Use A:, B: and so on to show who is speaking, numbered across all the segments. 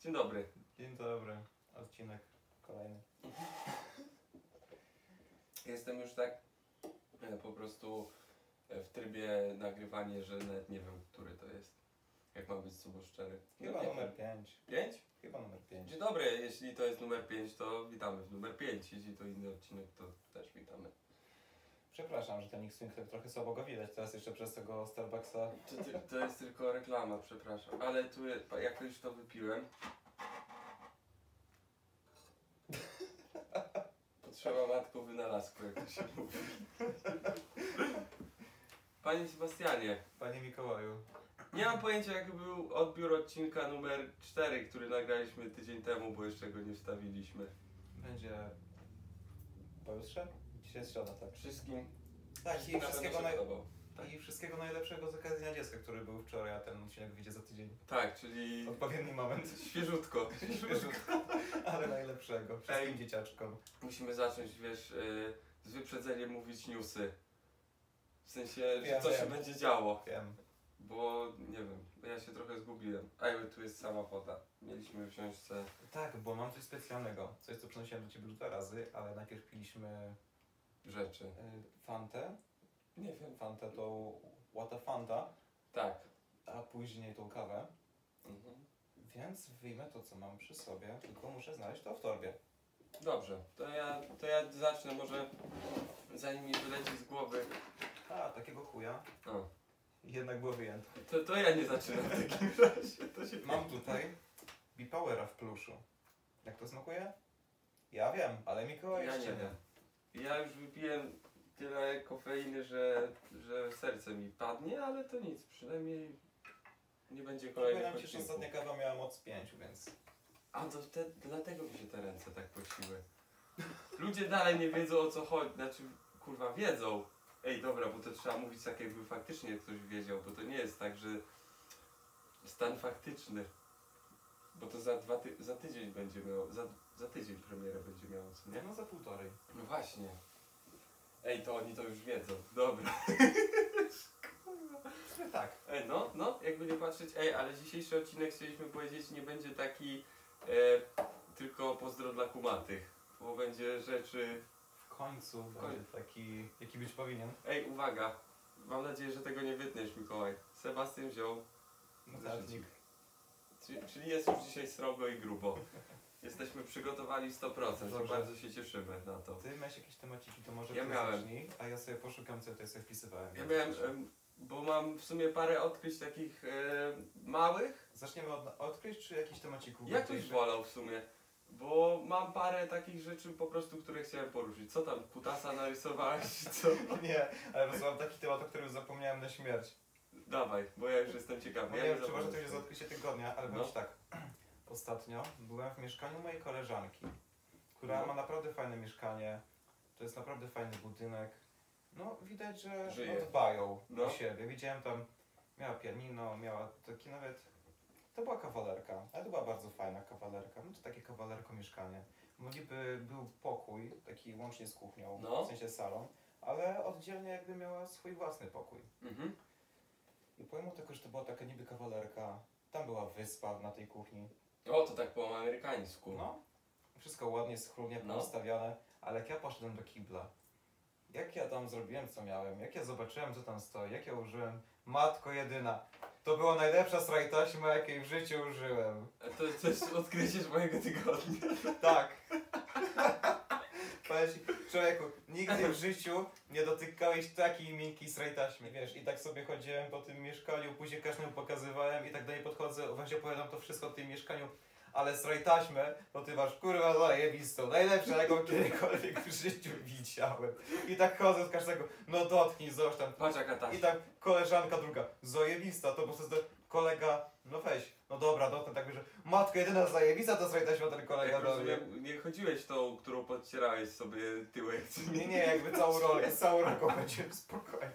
A: Dzień dobry.
B: Dzień dobry, odcinek kolejny.
A: Jestem już tak e, po prostu e, w trybie nagrywania, że nawet nie wiem, który to jest. Jak mam być z sobą szczery.
B: Chyba numer 5.
A: 5?
B: Chyba numer 5.
A: Dzień dobry, jeśli to jest numer 5, to witamy w numer 5. Jeśli to inny odcinek, to też witamy.
B: Przepraszam, że ten X-Wing tak trochę słabo go widać teraz jeszcze przez tego Starbucksa.
A: To, ty- to jest tylko reklama, przepraszam. Ale tu je- pa- jak już to wypiłem. Potrzeba matką wynalazku, jak to się mówi. Panie Sebastianie,
B: Panie Mikołaju,
A: Nie mam pojęcia, jak był odbiór odcinka numer 4, który nagraliśmy tydzień temu, bo jeszcze go nie wstawiliśmy.
B: będzie pojutrze? Dzisiaj jest środa, tak?
A: Wszystkim
B: Tak, i
A: wszystkim na
B: wszystkiego,
A: pewno się
B: naj...
A: podobał. tak.
B: i wszystkiego najlepszego z okazji Dnia Dziecka, który był wczoraj, a ten odcinek wyjdzie za tydzień.
A: Tak, czyli
B: Odpowiedni moment.
A: świeżutko.
B: Ale najlepszego. Wszystkim
A: Ej.
B: dzieciaczkom.
A: Musimy zacząć, wiesz, y, z wyprzedzeniem mówić newsy. W sensie, że
B: Ja
A: co się
B: wiem.
A: będzie działo.
B: Wiem.
A: Bo, nie wiem, ja się trochę zgubiłem. A jakby tu jest sama woda. Mieliśmy wziąć te...
B: Tak, bo mam coś specjalnego. Coś, co przynosiłem do ciebie już dwa razy, ale najpierw piliśmy
A: rzeczy.
B: y, Fantę.
A: Nie wiem.
B: Fantę tą What Fanta,
A: Tak.
B: a później tą kawę.
A: Mhm.
B: Więc wyjmę to, co mam przy sobie, tylko muszę znaleźć to w torbie.
A: Dobrze, to ja, to ja zacznę może, zanim mi wyleci z głowy.
B: A, takiego chuja.
A: O,
B: Jednak było wyjęte.
A: to, to ja nie zaczynam w takim razie. To się...
B: Mam tutaj Bipowera w pluszu. Jak to smakuje? Ja wiem, ale Mikołaj
A: Ja nie
B: jeszcze
A: wiem. Ja już wypiłem tyle kofeiny, że, że serce mi padnie, ale to nic, przynajmniej nie będzie kolejnych
B: Przypominam ci, że
A: odcinków.
B: ostatnia kawa miała moc 5, więc...
A: A to te, dlatego mi się te ręce tak pociły. Ludzie dalej nie wiedzą o co chodzi, znaczy kurwa wiedzą. Ej dobra, bo to trzeba mówić tak jakby faktycznie ktoś wiedział, bo to nie jest tak, że stan faktyczny. Bo to za, dwa ty- za tydzień będzie miało, za, za tydzień premiera będzie miało, co nie?
B: no za półtorej.
A: No właśnie. Ej, to oni to już wiedzą. Dobra.
B: Trochę tak.
A: Ej, no, no, jakby nie patrzeć. Ej, ale dzisiejszy odcinek chcieliśmy powiedzieć nie będzie taki e, tylko pozdro dla kumatych. Bo będzie rzeczy...
B: W końcu będzie taki, jaki być powinien.
A: Ej, uwaga. Mam nadzieję, że tego nie wytniesz, Mikołaj. Sebastian wziął,
B: Notatnik.
A: czyli, czyli jest już dzisiaj srogo i grubo. Jesteśmy przygotowani 100%,
B: Dobrze.
A: bardzo się cieszymy na to.
B: Ty masz jakieś temaciki, to może
A: Ja
B: ty
A: miałem.
B: zacznij, a ja sobie poszukam, co ja tutaj sobie wpisywałem.
A: Ja miałem, em, bo mam w sumie parę odkryć takich e, małych,
B: Zaczniemy od odkryć, czy jakiś temacików?
A: Ja byś wolał w sumie, bo mam parę takich rzeczy po prostu, które chciałem poruszyć. Co tam, kutasa narysowałeś, czy co?
B: Nie, ale wysłałem taki temat, o którym zapomniałem na śmierć.
A: Dawaj, bo ja już jestem ciekawy.
B: No Nie
A: Ja
B: wiem,
A: nie
B: czy może to
A: zapomnę.
B: jest odkrycie tygodnia, ale
A: No.
B: bądź tak. Ostatnio byłem w mieszkaniu mojej koleżanki, która
A: No.
B: ma naprawdę fajne mieszkanie. To jest naprawdę fajny budynek. No, widać, że
A: Żyje.
B: no, dbają
A: No.
B: o siebie. Widziałem tam, miała pianino, miała taki nawet... To była kawalerka, ale to była bardzo fajna kawalerka. No to takie kawalerko mieszkanie. No niby był pokój, taki łącznie z kuchnią,
A: No.
B: w sensie salon, ale oddzielnie jakby miała swój własny pokój.
A: Mhm.
B: I pomimo tego, że to była taka niby kawalerka, tam była wyspa na tej kuchni.
A: O, to tak po amerykańsku.
B: No, wszystko ładnie, schludnie
A: No.
B: poustawiane, ale jak ja poszedłem do kibla, jak ja tam zrobiłem, co miałem, jak ja zobaczyłem, co tam stoi, jak ja użyłem, matko jedyna, to była najlepsza strajtaśma, jakiej w życiu użyłem.
A: E, To, to jest odkrycie z mojego tygodnia.
B: Tak. Powiedz, człowieku, nigdy w życiu nie dotykałeś takiej miękkiej srej taśmy. Wiesz, i tak sobie chodziłem po tym mieszkaniu, później każdemu pokazywałem i tak dalej podchodzę, właśnie opowiadam to wszystko o tym mieszkaniu, ale srej taśmę, to ty masz kurwa zajebistą, najlepszą jaką kiedykolwiek w życiu widziałem. I tak chodzę z każdego, no dotknij, zobacz tam,
A: Patrz jaka ta.
B: i tak koleżanka druga, zajebista, to po prostu zda- kolega, no weź, no dobra, no ten tak że matka jedyna zajebista, to sobie taśma ten kolega
A: Jak
B: do mnie.
A: rozumiem, nie chodziłeś tą, którą podcierałeś sobie tyłek. co
B: Nie, nie, jakby całą rolę, całą rolę będzie spokojnie.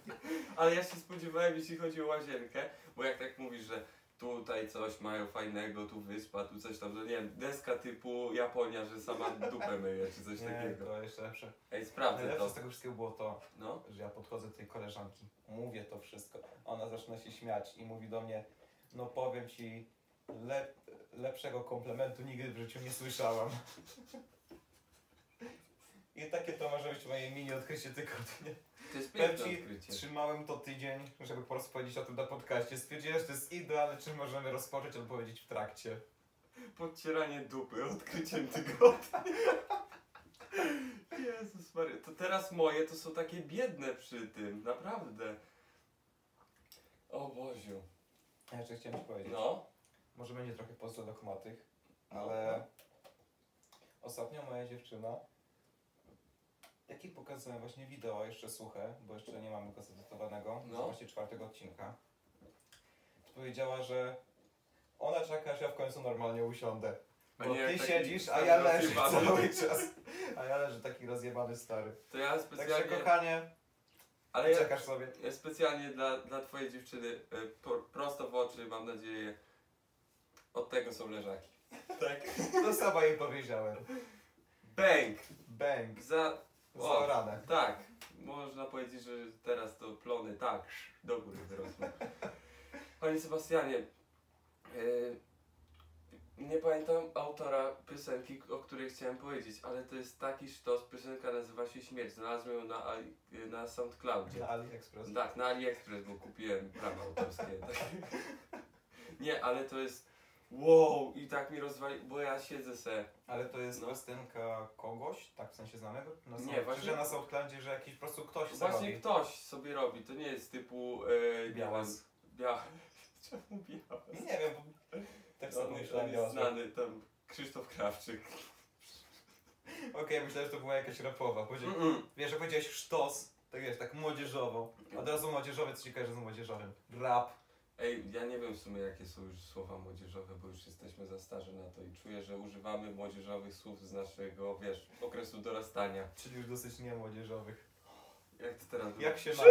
A: Ale ja się spodziewałem, jeśli chodzi o łazienkę, bo jak tak mówisz, że tutaj coś mają fajnego, tu wyspa, tu coś tam, że nie wiem, deska typu Japonia, że sama dupę myje, czy coś
B: Nie, No
A: takiego.
B: to jeszcze lepsze.
A: Ej, sprawdzę
B: Najlepsze z
A: to.
B: tego wszystkiego było to,
A: No,
B: że ja podchodzę do tej koleżanki, mówię to wszystko, ona zaczyna się śmiać i mówi do mnie, no powiem ci, lep, lepszego komplementu nigdy w życiu nie słyszałam. I takie to może być moje mini odkrycie tygodnia.
A: To jest
B: Powiem
A: piękne
B: ci,
A: odkrycie.
B: Trzymałem to tydzień, żeby po prostu powiedzieć o tym na podcaście. Stwierdziłem, że to jest idealne, czy możemy rozpocząć albo powiedzieć w trakcie.
A: Podcieranie dupy odkryciem tygodnia. Jezus Maria, to teraz moje to są takie biedne przy tym, naprawdę. O Boziu.
B: A jeszcze chciałem ci powiedzieć.
A: No,
B: Może będzie trochę pozdrowionych, ale
A: no.
B: ostatnio moja dziewczyna, jaki pokazałem właśnie wideo, jeszcze suche, bo jeszcze nie mamy go zedytowanego,
A: No.
B: no. właśnie czwartego odcinka, to powiedziała, że ona czeka, aż ja w końcu normalnie usiądę.
A: A
B: Bo
A: No nie jak
B: ty
A: taki
B: siedzisz, a
A: stary
B: ja leżę
A: rozjebany.
B: cały czas. Tak A ja leżę taki rozjebany stary.
A: to ja
B: Także
A: specjalnie,
B: kochanie,
A: ale ja,
B: czekasz sobie.
A: ja specjalnie dla, dla twojej dziewczyny y, po, prosto w oczy, mam nadzieję, od tego są leżaki.
B: Tak. To sama jej powiedziałem.
A: Bęk!
B: Bang.
A: Za,
B: Za ranę.
A: tak, można powiedzieć, że teraz to plony tak do góry wyrosły. Panie Sebastianie, yy, nie pamiętam autora piosenki, o której chciałem powiedzieć, ale to jest taki sztos, piosenka nazywa się Śmierć, znalazłem ją na, Ali- na SoundCloudzie.
B: Na AliExpress.
A: Tak, na AliExpress, bo kupiłem prawa autorskie. Tak. Nie, ale to jest wow i tak mi rozwali, bo ja siedzę se.
B: Ale to jest
A: No.
B: piosenka kogoś, tak w sensie znanego? Na
A: Nie,
B: nie,
A: właśnie-
B: właśnie. Że na Southlandzie, że jakiś po prostu ktoś
A: Właśnie
B: zarobi.
A: ktoś sobie robi, to nie jest typu e, nie
B: Białas.
A: wiem, Bia... Czemu Białas?
B: Nie wiem, bo tak
A: No,
B: sobie
A: on
B: myślałem.
A: jest
B: Okej,
A: znany tam Krzysztof Krawczyk.
B: myślałem, że to była jakaś rapowa. Powiedział,
A: Mm-mm.
B: Wiesz, że powiedziałeś sztos, tak wiesz, tak młodzieżowo. Od razu młodzieżowy, co ci kojarzy z młodzieżowym? Rap.
A: Ej, ja nie wiem w sumie jakie są już słowa młodzieżowe, bo już jesteśmy za starzy na to i czuję, że używamy młodzieżowych słów z naszego, wiesz, okresu dorastania.
B: Czyli już dosyć nie młodzieżowych.
A: Jak to teraz było?
B: Jak się masz?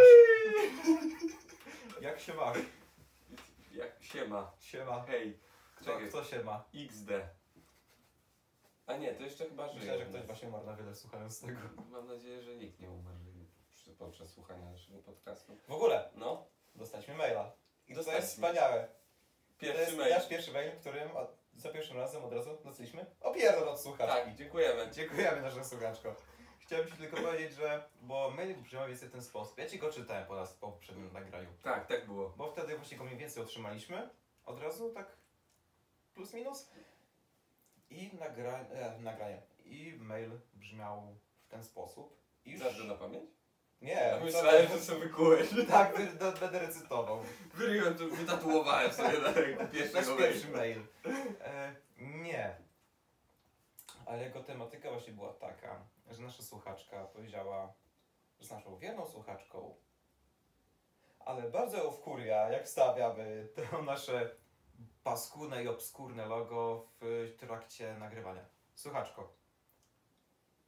B: Jak się masz?
A: Jak siema.
B: Siema.
A: Hej,
B: Kto,
A: Czekaj.
B: kto się ma?
A: XD. A nie, to jeszcze chyba żyje.
B: Myślę, że ktoś właśnie umarł na wiele słuchając tego.
A: Mam nadzieję, że nikt nie umarł przy- podczas słuchania naszego podcastu.
B: W ogóle,
A: No,
B: dostaliśmy maila. I to
A: Dostaliśmy.
B: jest wspaniałe. to
A: pierwszy
B: jest
A: mail.
B: nasz pierwszy mail, w którym od, za pierwszym razem od razu dostaliśmy opierdol od słuchaczki.
A: Tak, dziękujemy.
B: Dziękujemy nasza słuchaczko. Chciałem Ci tylko powiedzieć, że, bo mail brzmiał jest w ten sposób. Ja Ci go czytałem po raz po poprzednim nagraniu.
A: Tak, tak było.
B: Bo wtedy właśnie go mniej więcej otrzymaliśmy. Od razu tak plus minus. I nagra, e, nagranie. I mail brzmiał w ten sposób. I już...
A: Znasz go na pamięć?
B: Nie,
A: Tak, myślałem, że sobie kułeś.
B: tak, wy- do- będę recytował.
A: Wyryłem to, wytatuowałem sobie na ręku
B: Nasz
A: pierwszego
B: pierwszy
A: maila.
B: mail. E, nie. Ale jego tematyka właśnie była taka, że nasza słuchaczka powiedziała z naszą wierną słuchaczką, ale bardzo ją wkurwia, jak stawiamy to nasze paskudne i obskurne logo w trakcie nagrywania. Słuchaczko,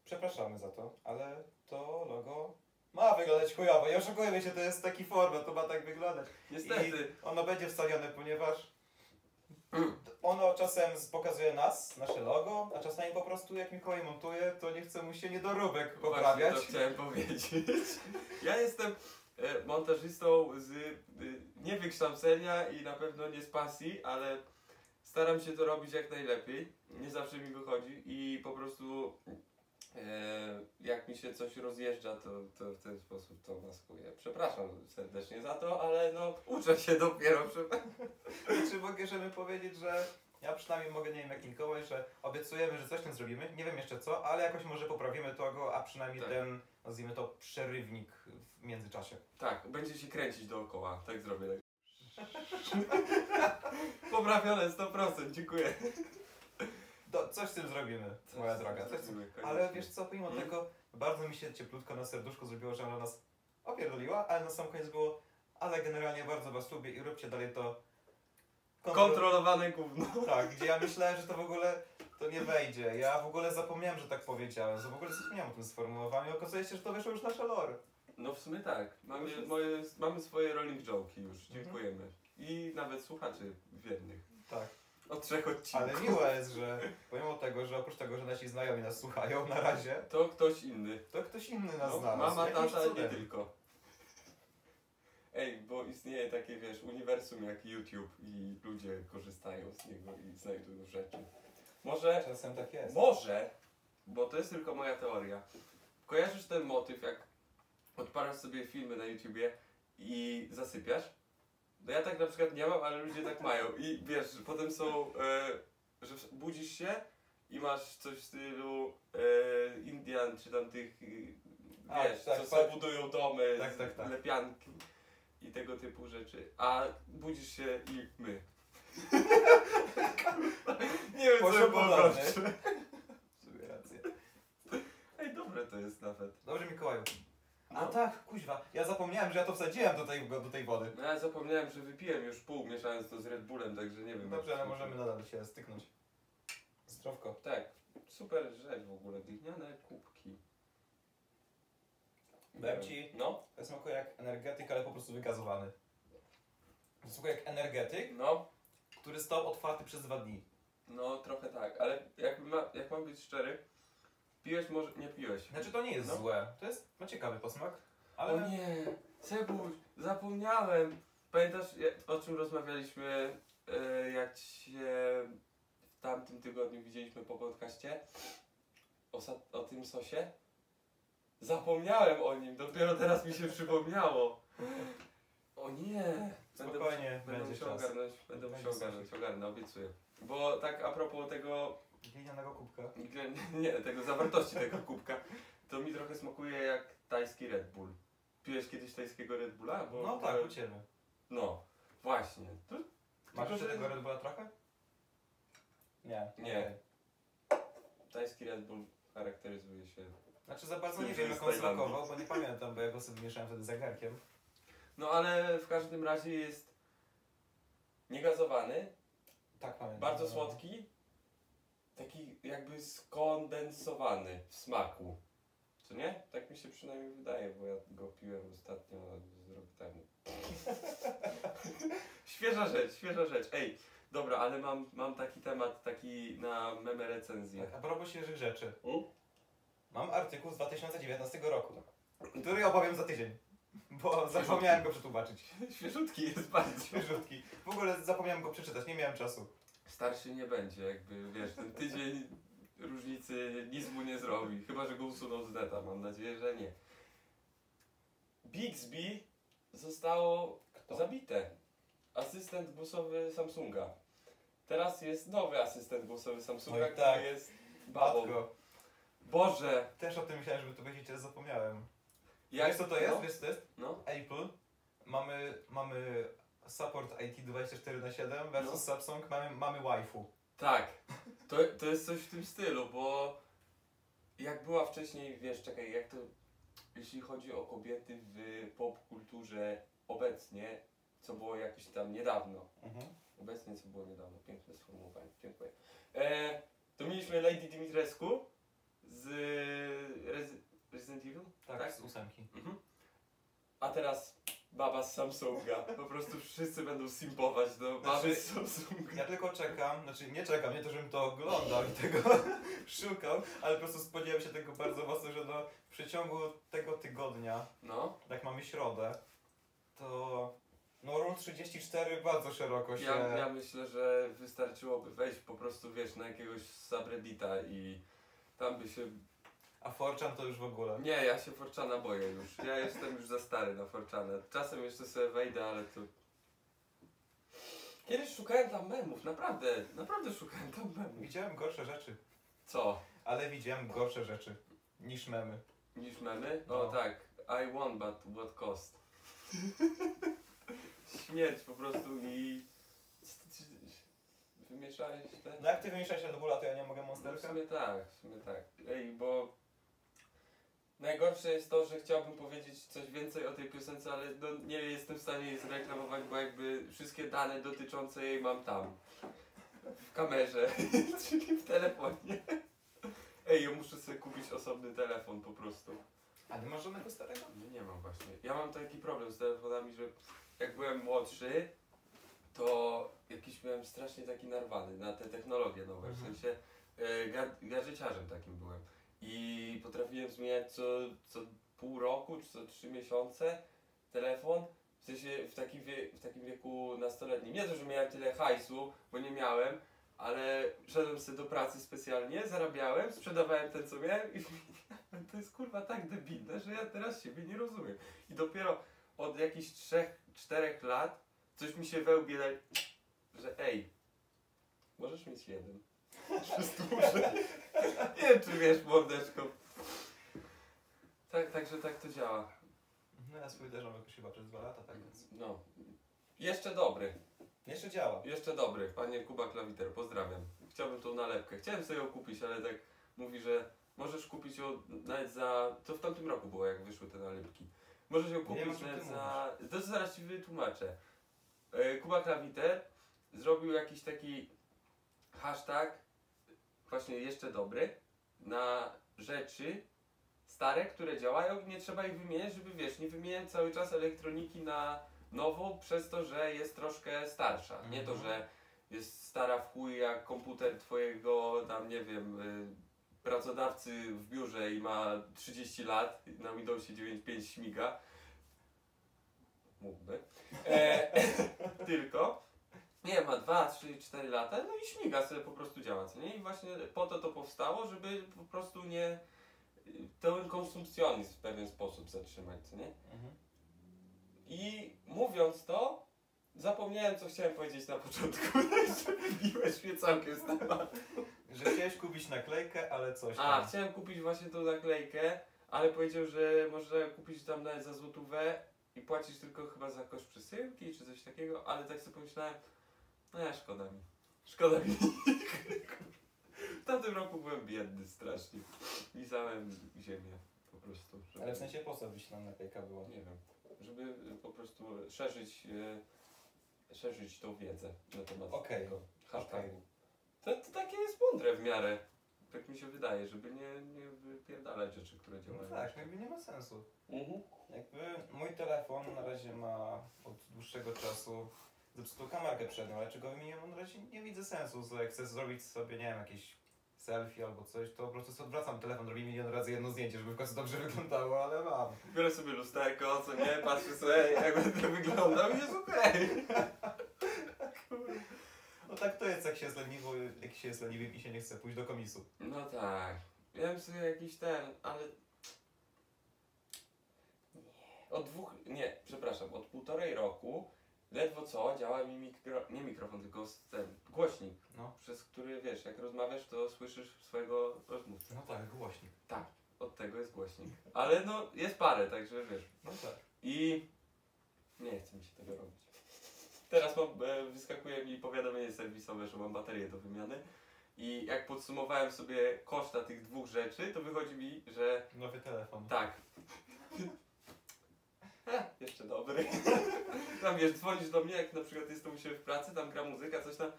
B: przepraszamy za to, ale to logo ma wyglądać chujowo. Nie oszukujmy się, to jest taki format, to ma tak wyglądać.
A: Niestety.
B: I ono będzie wstawione, ponieważ ono czasem z- pokazuje nas, nasze logo, a czasami po prostu jak Mikołaj montuje, to nie chce mu się niedoróbek
A: No Właśnie
B: poprawiać.
A: to chciałem powiedzieć. Ja jestem e, montażystą z e, nie wykształcenia i na pewno nie z pasji, ale staram się to robić jak najlepiej. Nie zawsze mi wychodzi i po prostu e, jak mi się coś rozjeżdża, to, to w ten sposób to maskuję. Przepraszam serdecznie za to, ale no uczę się dopiero. przepraszam.
B: Czy możemy powiedzieć, że ja przynajmniej mogę, nie wiem jak Mikołaj, że obiecujemy, że coś tam zrobimy, nie wiem jeszcze co, ale jakoś może poprawimy to go, a przynajmniej
A: Tak.
B: ten, nazwijmy to, przerywnik w międzyczasie.
A: Tak, będzie się kręcić dookoła. Tak zrobię. Poprawione 100%, dziękuję.
B: Do, coś z tym zrobimy, moja droga. Coś z tym.
A: Zrobimy,
B: Ale
A: koniecznie.
B: wiesz co, pomimo
A: Mm.
B: tego, bardzo mi się cieplutko na serduszku zrobiło, że ona nas opierdoliła, ale na sam koniec było, ale generalnie bardzo was lubię i róbcie dalej to...
A: Kontrolowane gówno.
B: Tak, gdzie ja myślałem, że to w ogóle to nie wejdzie. Ja w ogóle zapomniałem, że tak powiedziałem, że w ogóle zapomniałem o tym sformułowaniu. Okazuje się, że to wyszło już na szalor.
A: No w sumie tak. Mamy,
B: Już
A: moje, mamy swoje rolling joke'i już.
B: Mhm.
A: Dziękujemy. I nawet słuchaczy wiernych.
B: Tak.
A: Od trzech odcinków.
B: Ale miło jest, że pomimo tego, że oprócz tego, że nasi znajomi nas słuchają na razie,
A: To ktoś inny.
B: to ktoś inny nas
A: No,
B: znalazł.
A: mama,
B: Jakimś
A: tata, nie
B: cudem.
A: tylko. Ej, bo istnieje takie, wiesz, uniwersum jak YouTube i ludzie korzystają z niego i znajdują rzeczy. Może,
B: Czasem tak jest.
A: może, bo to jest tylko moja teoria. Kojarzysz ten motyw, jak odpalasz sobie filmy na YouTubie i zasypiasz? No ja tak na przykład nie mam, ale ludzie tak mają. I wiesz, potem są, e, że budzisz się i masz coś w stylu e, Indian, czy tam tych, e,
B: A,
A: wiesz,
B: tak,
A: co
B: tak.
A: sobie budują domy,
B: Tak,
A: z
B: tak, tak.
A: lepianki i tego typu rzeczy. A budzisz się i my. nie wiem, co
B: Poziom
A: było
B: podobny.
A: gorsze.
B: W sumie rację.
A: Ej, dobre to jest nawet.
B: Dobrze Mikołaju. A
A: No.
B: tak, kuźwa, ja zapomniałem, że ja to wsadziłem do tej, do tej wody.
A: No ja zapomniałem, że wypiłem już pół, mieszając to z Red Bullem, także nie wiem.
B: Dobrze,
A: jak
B: ale
A: to
B: możemy nadal się styknąć. Zdrowko.
A: Tak, super rzecz w ogóle, gliniane kubki.
B: Dam ci-
A: No,
B: To smakuje jak energetyk, ale po prostu wygazowany. To smakuje jak energetyk,
A: no,
B: który stał otwarty przez dwa dni.
A: no trochę tak, ale jak, ma, jak mam być szczery, piłeś może, nie piłeś.
B: Znaczy to nie jest
A: No.
B: złe, to jest, ma ciekawy posmak, ale...
A: O nie, Cebuś, zapomniałem. Pamiętasz ja- o czym rozmawialiśmy, e, jak się w tamtym tygodniu widzieliśmy po podcaście? O, sa- o tym sosie? Zapomniałem o nim, dopiero teraz mi się przypomniało. O nie. Będę
B: Spokojnie,
A: Będę
B: będzie
A: musiał
B: czas.
A: ogarnąć, będę
B: Będzie
A: musiał
B: sosie.
A: ogarnąć, ogarnę, obiecuję. Bo tak a propos tego,
B: Glinianego kubka.
A: nie, tego zawartości tego kubka, to mi trochę smakuje jak tajski Red Bull. Piłeś kiedyś tajskiego Red Bulla? Bo-
B: No tak, u Ciebie.
A: No, właśnie. To,
B: Masz
A: tylko,
B: jeszcze tego
A: że
B: Red Bulla trochę? Nie.
A: Nie.
B: okej.
A: tajski Red Bull charakteryzuje się...
B: Znaczy za bardzo
A: Tym,
B: nie
A: że
B: wiem,
A: jest
B: jak on
A: z Tajlandii.
B: smakował, bo nie pamiętam, bo ja go sobie mieszałem wtedy z zegarkiem.
A: No ale w każdym razie jest niegazowany,
B: Tak pamiętam.
A: bardzo słodki, taki jakby skondensowany w smaku. Co nie? Tak mi się przynajmniej wydaje, bo ja go piłem ostatnio z rok temu. świeża rzecz, świeża rzecz. Ej, dobra, ale mam, mam taki temat, taki na meme recenzję.
B: Tak, a propos świeżych rzeczy.
A: U?
B: Mam artykuł z 2019 roku, który opowiem za tydzień, bo zapomniałem go przetłumaczyć.
A: Świeżutki jest bardzo.
B: Świeżutki. W ogóle zapomniałem go przeczytać, nie miałem czasu.
A: Starszy nie będzie, jakby wiesz, ten tydzień różnicy nic mu nie zrobi. Chyba, że go usuną z neta, mam nadzieję, że nie. Bixby zostało
B: Kto?
A: zabite. Asystent głosowy Samsunga. Teraz jest nowy asystent głosowy Samsunga,
B: No i
A: który
B: tak.
A: jest babą.
B: Matko.
A: Boże,
B: Też o tym myślałem, żeby to powiedzieć, ale zapomniałem.
A: jak
B: Wiesz co to jest?
A: No,
B: Wiesz co to jest?
A: no.
B: Apple. Mamy, mamy support IT 24 na 7 versus
A: No.
B: Samsung, mamy, mamy waifu.
A: Tak, to, to jest coś w tym stylu, bo jak była wcześniej, wiesz, czekaj, jak to, jeśli chodzi o kobiety w popkulturze obecnie, co było jakieś tam niedawno, obecnie co było niedawno, piękne sformułowanie, dziękuję, e, to mieliśmy Lady Dimitrescu z Rez- Resident Evil,
B: Tak,
A: Tak?
B: z ósemki.
A: Mhm. A teraz baba z Samsunga. Po prostu wszyscy będą simpować do baby z Samsunga.
B: Znaczy- Ja tylko czekam, znaczy nie czekam, nie to, żebym to oglądał i tego szukał, ale po prostu spodziewałem się tego bardzo mocno, że no, w przeciągu tego tygodnia,
A: No,
B: jak mamy środę, to no Rule 34 bardzo szeroko się...
A: ja, ja myślę, że wystarczyłoby wejść po prostu, wiesz, na jakiegoś subreddita i tam by się...
B: A Forchan to już w ogóle.
A: Nie, ja się Forczana boję już. Ja jestem już za stary na Forczana. Czasem jeszcze sobie wejdę, ale to... Kiedyś szukałem tam memów, naprawdę, naprawdę szukałem tam memów.
B: Widziałem gorsze rzeczy,
A: Co?
B: ale widziałem gorsze rzeczy niż memy.
A: Niż memy?
B: No.
A: O tak, I won but what cost? Śmierć po prostu i... Co ty- czy- Wymieszałeś te?
B: No jak ty wymieszasz się do bóla, to ja nie mogę
A: No w
B: monsterka?
A: sumie tak, w sumie tak. Ej, bo... Najgorsze jest to, że chciałbym powiedzieć coś więcej o tej piosence, ale no, nie jestem w stanie jej zreklamować, bo jakby wszystkie dane dotyczące jej mam tam. W kamerze, czyli w telefonie. Ej, ja muszę sobie kupić osobny telefon po prostu.
B: A nie masz żadnego starego?
A: No nie mam właśnie. Ja mam taki problem z telefonami, że jak byłem młodszy, to jakiś byłem strasznie taki narwany na te technologie nowe. W
B: Mhm.
A: sensie e, ga- gadżeciarzem takim byłem. I potrafiłem zmieniać co, co pół roku czy co trzy miesiące telefon. W sensie w takim, wie, w takim wieku nastoletnim. Nie to, że miałem tyle hajsu, bo nie miałem, ale szedłem sobie do pracy specjalnie, zarabiałem, sprzedawałem ten co miałem i to jest kurwa tak debilne, że ja teraz siebie nie rozumiem. I dopiero od jakichś 3-4 lat coś mi się wełbie, że ej, możesz mieć jeden. Przez duże. Nie wiem, czy wiesz, mordeczko. Tak, także tak to działa.
B: No ja swój też mam jakoś chyba przez dwa lata, tak więc.
A: No. Jeszcze dobry,
B: Jeszcze działa.
A: jeszcze dobry, panie Kuba Klawiter, pozdrawiam. Chciałbym tą nalepkę. Chciałem sobie ją kupić, ale tak mówi, że możesz kupić ją nawet za. To w tamtym roku było, jak wyszły te nalepki. Możesz ją
B: wiem, o
A: kupić
B: czym
A: nawet
B: ty
A: za. To zaraz ci wytłumaczę. E, Kuba Klawiter zrobił jakiś taki hashtag, właśnie jeszcze dobry, na rzeczy stare, które działają. Nie trzeba ich wymieniać, żeby wiesz, nie wymieniać cały czas elektroniki na nową, przez to, że jest troszkę starsza. Nie to,
B: Mhm.
A: że jest stara w chuj jak komputer twojego, tam nie wiem, y, pracodawcy w biurze i ma 30 lat, na Windowsie 9.5 śmiga. Mógłby. E, tylko. Nie, ma 2, 3, 4 lata, no i śmiga sobie po prostu działa, co nie? I właśnie po to to powstało, żeby po prostu nie... ten konsumpcjonizm w pewien sposób zatrzymać, co nie?
B: Mhm.
A: I mówiąc to, zapomniałem co chciałem powiedzieć na początku, także wybiłeś mnie całkiem z tematu.
B: Że chciałeś kupić naklejkę, ale coś tam.
A: A, chciałem kupić właśnie tą naklejkę, ale powiedział, że można kupić tam nawet za złotówę i płacić tylko chyba za koszt przesyłki czy coś takiego, ale tak sobie pomyślałem, no ja szkoda mi. Szkoda mi. W tamtym roku byłem biedny strasznie. Lizałem ziemię po prostu. żeby-
B: Ale w sensie po co byś tam naklejka była?
A: Nie wiem. Żeby y, po prostu szerzyć, y, szerzyć tą wiedzę na temat
B: Okej.
A: tego hashtagu.
B: Okej.
A: To, to takie jest mądre w miarę. Tak mi się wydaje, żeby nie, nie wypierdalać rzeczy, które
B: No
A: działają.
B: tak, no. jakby nie ma sensu.
A: Mhm.
B: Jakby mój telefon na razie ma od dłuższego czasu zepsutą kamerkę przednią, ale czego wymieniłem na razie nie widzę sensu. So, jak chcę zrobić sobie, nie wiem, jakieś selfie albo coś, to po prostu sobie odwracam telefon, robię milion razy jedno zdjęcie, żeby w końcu dobrze wyglądało, ale mam.
A: Biorę sobie lusterko, co nie, patrzę sobie, jak będę wyglądał i jest okej.
B: No tak to jest, jak się jest leniwy, jak się jest leniwym i się nie chce pójść do komisu.
A: No tak. Miałem sobie jakiś ten, ale... Nie. Od dwóch, nie, przepraszam, od półtorej roku ledwo co działa mi mikro, nie mikrofon, tylko s- ten głośnik,
B: No.
A: przez który wiesz, jak rozmawiasz, to słyszysz swojego rozmówcę.
B: No tak, głośnik.
A: Od tego jest głośnik. Ale no, jest parę, także wiesz.
B: No tak.
A: I nie chce mi się tego robić. Teraz mam, e, wyskakuje mi powiadomienie serwisowe, że mam baterię do wymiany. I jak podsumowałem sobie koszta tych dwóch rzeczy, to wychodzi mi, że
B: Nowy telefon.
A: tak. Eh, Jeszcze dobry. Tam wiesz, dzwonisz do mnie, jak na przykład jestem u siebie w pracy, tam gra muzyka, coś tam.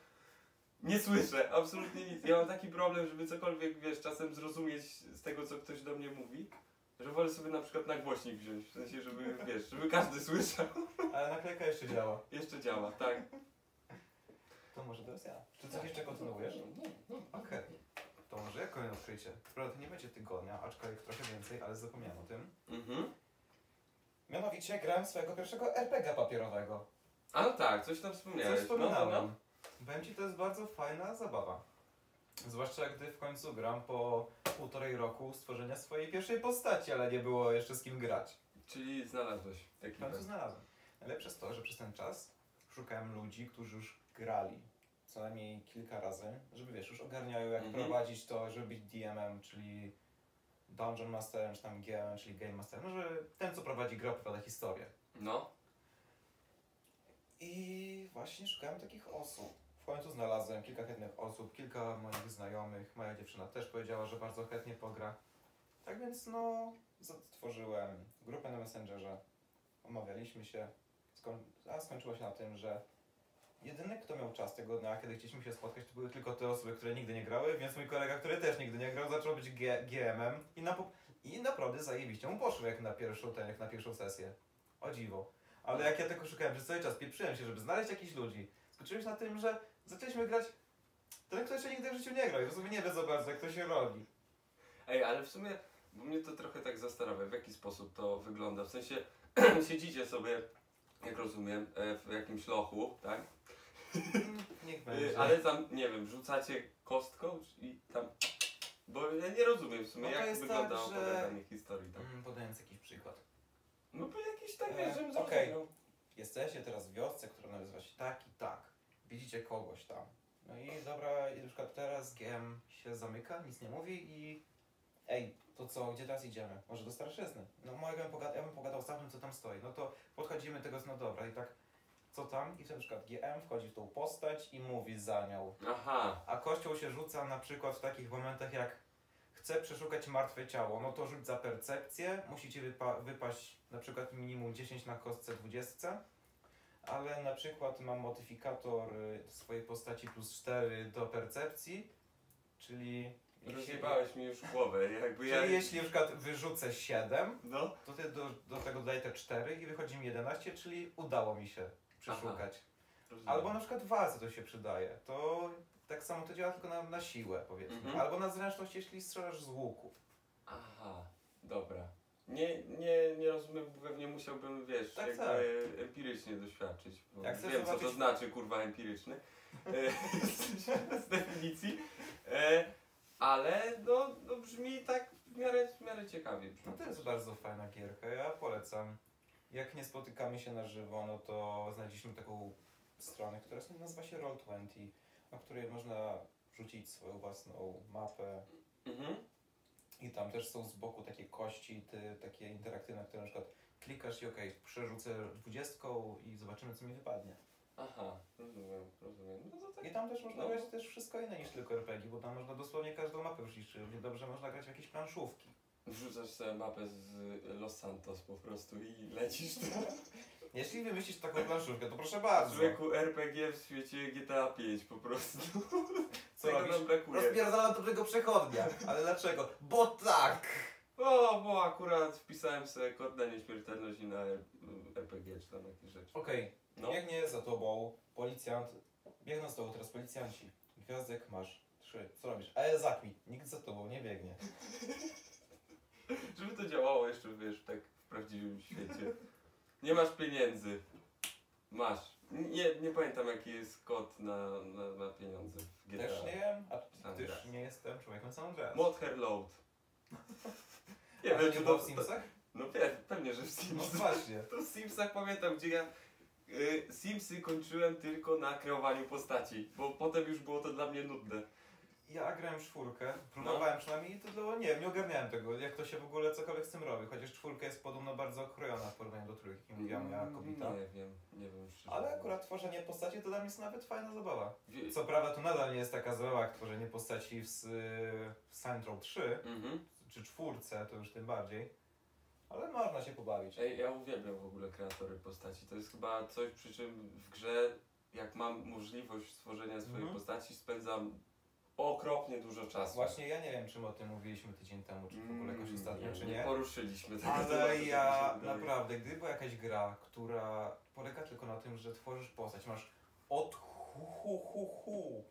A: Nie słyszę, absolutnie nic. Ja mam taki problem, żeby cokolwiek, wiesz, czasem zrozumieć z tego, co ktoś do mnie mówi, że wolę sobie na przykład na głośnik wziąć, w sensie, żeby, wiesz, żeby każdy słyszał.
B: Ale naklejka jeszcze działa.
A: Jeszcze działa, tak.
B: To może teraz ja. Czy coś jeszcze kontynuujesz? Okej. To może ja kolejne odkrycie. Prawda, to nie będzie tygodnia, aczkolwiek trochę więcej, ale zapomniałem o tym.
A: Mhm.
B: Mianowicie grałem swojego pierwszego RPG papierowego.
A: A no tak, coś tam
B: Coś
A: wspomniałeś.
B: wspominałem.
A: No, no,
B: Powiem ci, to jest bardzo fajna zabawa. Zwłaszcza gdy w końcu gram po półtorej roku stworzenia swojej pierwszej postaci, ale nie było jeszcze z kim grać.
A: no. Czyli znalazłeś taki
B: W końcu
A: tak.
B: znalazłem. Najlepsze jest to, że przez ten czas szukałem ludzi, którzy już grali co najmniej kilka razy, żeby wiesz, już ogarniają jak
A: Mhm.
B: prowadzić to, żeby być DM-em, czyli Dungeon Masterem, czy tam GM, czyli Game Masterem, no, że ten co prowadzi grę opowiada historię.
A: No.
B: I właśnie szukałem takich osób. W końcu znalazłem kilka chętnych osób, kilka moich znajomych, moja dziewczyna też powiedziała, że bardzo chętnie pogra. Tak więc no, stworzyłem grupę na Messengerze, omawialiśmy się, skoń- a skończyło się na tym, że jedyny kto miał czas tego dnia, kiedy chcieliśmy się spotkać, to były tylko te osoby, które nigdy nie grały, więc mój kolega, który też nigdy nie grał, zaczął być G- GM-em i, na, i naprawdę zajebiście mu poszło jak na pierwszą, ten, jak na pierwszą sesję. O dziwo. Ale jak ja tego szukałem przez cały czas, pieprzyłem się, żeby znaleźć jakichś ludzi. Skończyłem się na tym, że zaczęliśmy grać ten, kto jeszcze nigdy w życiu nie grał i w sumie nie wie za bardzo, jak to się robi.
A: Ej, ale w sumie bo mnie to trochę tak zastanawia, w jaki sposób to wygląda. W sensie siedzicie sobie jak rozumiem, e, w jakimś lochu, tak?
B: Mm, Niech
A: Y,
B: będzie.
A: Ale tam, nie wiem, rzucacie kostką czy- i tam... Bo ja nie rozumiem w sumie,
B: No to
A: jak
B: jest
A: wygląda
B: tak, że-
A: opowiadanie historii tam.
B: Mm, podając jakiś przykład.
A: No bo jakiś tak,
B: E,
A: e, żebym
B: okej.
A: zaczynał.
B: Jesteście teraz w wiosce, która nazywa się tak i tak. Widzicie kogoś tam. No i dobra, i na przykład teraz GM się zamyka, nic nie mówi i... Ej, to co, gdzie teraz idziemy? Może do starszyzny? No mogę pogada- ja bym pogadał z tamtym, co tam stoi. No to podchodzimy tego, no dobra, i tak... Co tam? I wtedy na przykład GM wchodzi w tą postać i mówi za nią.
A: Aha,
B: A kościoł się rzuca na przykład w takich momentach jak chce przeszukać martwe ciało, no to rzuć za percepcję, musicie wypa- wypaść na przykład minimum 10 na kostce 20, ale na przykład mam modyfikator y, swojej postaci plus 4 do percepcji, czyli...
A: rozjebałeś mi już głowę, jakby
B: Czyli
A: ja...
B: jeśli na przykład wyrzucę 7,
A: No,
B: to ty do, do tego dodaję te 4 i wychodzi mi 11, czyli udało mi się przeszukać.
A: rozumiem.
B: Albo na przykład walce to się przydaje. To tak samo to działa tylko na, na siłę, powiedzmy.
A: Mhm.
B: Albo na zręczność, jeśli strzelasz z łuku.
A: Aha, dobra. Nie, nie, nie rozumiem, bo pewnie musiałbym, wiesz,
B: Tak,
A: jakby
B: tak.
A: empirycznie doświadczyć. Bo
B: Jak chcesz
A: wiem, co to
B: zobaczyć-
A: znaczy, kurwa, empiryczny. E, z definicji. E, ale no, no brzmi tak w miarę, w miarę ciekawie. Brzmi.
B: No to jest bardzo fajna gierka, ja polecam. Jak nie spotykamy się na żywo, no to znaleźliśmy taką stronę, która się- nazywa się Roll20, na której można rzucić swoją własną mapę.
A: Mhm.
B: I tam też są z boku takie kości, ty, takie interaktywne, które na przykład klikasz i okej, przerzucę dwudziestką i zobaczymy co mi wypadnie.
A: Aha, rozumiem, rozumiem. No to tak.
B: I tam też można
A: No.
B: grać też wszystko inne niż tylko RPG, bo tam można dosłownie każdą mapę wrzucić, czyli równie dobrze można grać w jakieś planszówki.
A: Wrzucasz sobie mapę z Los Santos po prostu i lecisz tam.
B: Jeśli wymyślisz taką planszówkę, to proszę bardzo.
A: Człowieku RPG w świecie GTA 5 po prostu.
B: Co
A: Tego
B: robisz?
A: nam brakuje.
B: Rozpierdalam dobrego przechodnia. Ale dlaczego? Bo tak!
A: O, bo akurat wpisałem sobie kod na nieśmiertelność i na R- RPG czy tam jakieś rzeczy.
B: Okej,
A: No.
B: biegnie za tobą policjant. Biegną z tobą teraz policjanci. Gwiazdek masz. Trzy. Co robisz? Ale zakmij. Nikt za tobą nie biegnie.
A: Żeby to działało jeszcze, wiesz, tak w prawdziwym świecie. Nie masz pieniędzy. Masz. Nie, nie pamiętam jaki jest kod na, na, na pieniądze w GTA.
B: Też nie wiem, a
A: Sam
B: też
A: raz.
B: nie jestem człowiekiem sam raz.
A: Mod Herload. Nie
B: Ale
A: wiem,
B: nie
A: czy
B: było
A: to...
B: w Simsach?
A: No pe- pewnie, że w
B: No
A: Simsach.
B: właśnie.
A: To w Simsach pamiętam, gdzie ja y, Simsy kończyłem tylko na kreowaniu postaci, bo potem już było to dla mnie nudne.
B: Ja grałem w czwórkę,
A: No.
B: próbowałem przynajmniej i to było, nie wiem, nie ogarniałem tego, jak to się w ogóle cokolwiek z tym robi, chociaż czwórka jest podobno bardzo okrojona w porównaniu do trójki, jak mówiła moja kobieta.
A: Mm, No, Nie wiem, nie wiem szczerze.
B: Ale akurat tworzenie postaci to dla mnie jest nawet fajna zabawa.
A: Wie-
B: Co prawda to nadal nie jest taka zabawa jak tworzenie postaci w, s- w Saints Row 3,
A: Mhm.
B: czy czwórce, to już tym bardziej, ale można się pobawić.
A: Ej, ja uwielbiam w ogóle kreatory postaci. To jest chyba coś, przy czym w grze, jak mam możliwość stworzenia swojej
B: Mhm.
A: postaci, spędzam okropnie dużo czasu.
B: Właśnie ja nie wiem, czym o tym mówiliśmy tydzień temu, czy w ogóle jakoś
A: Mm,
B: ostatnio,
A: nie,
B: czy
A: nie
B: nie.
A: poruszyliśmy tego tematu,
B: Ale
A: tak mi
B: ja
A: się wydaje.
B: naprawdę, gdyby była jakaś gra, która polega tylko na tym, że tworzysz postać, masz od hu, hu, hu, hu.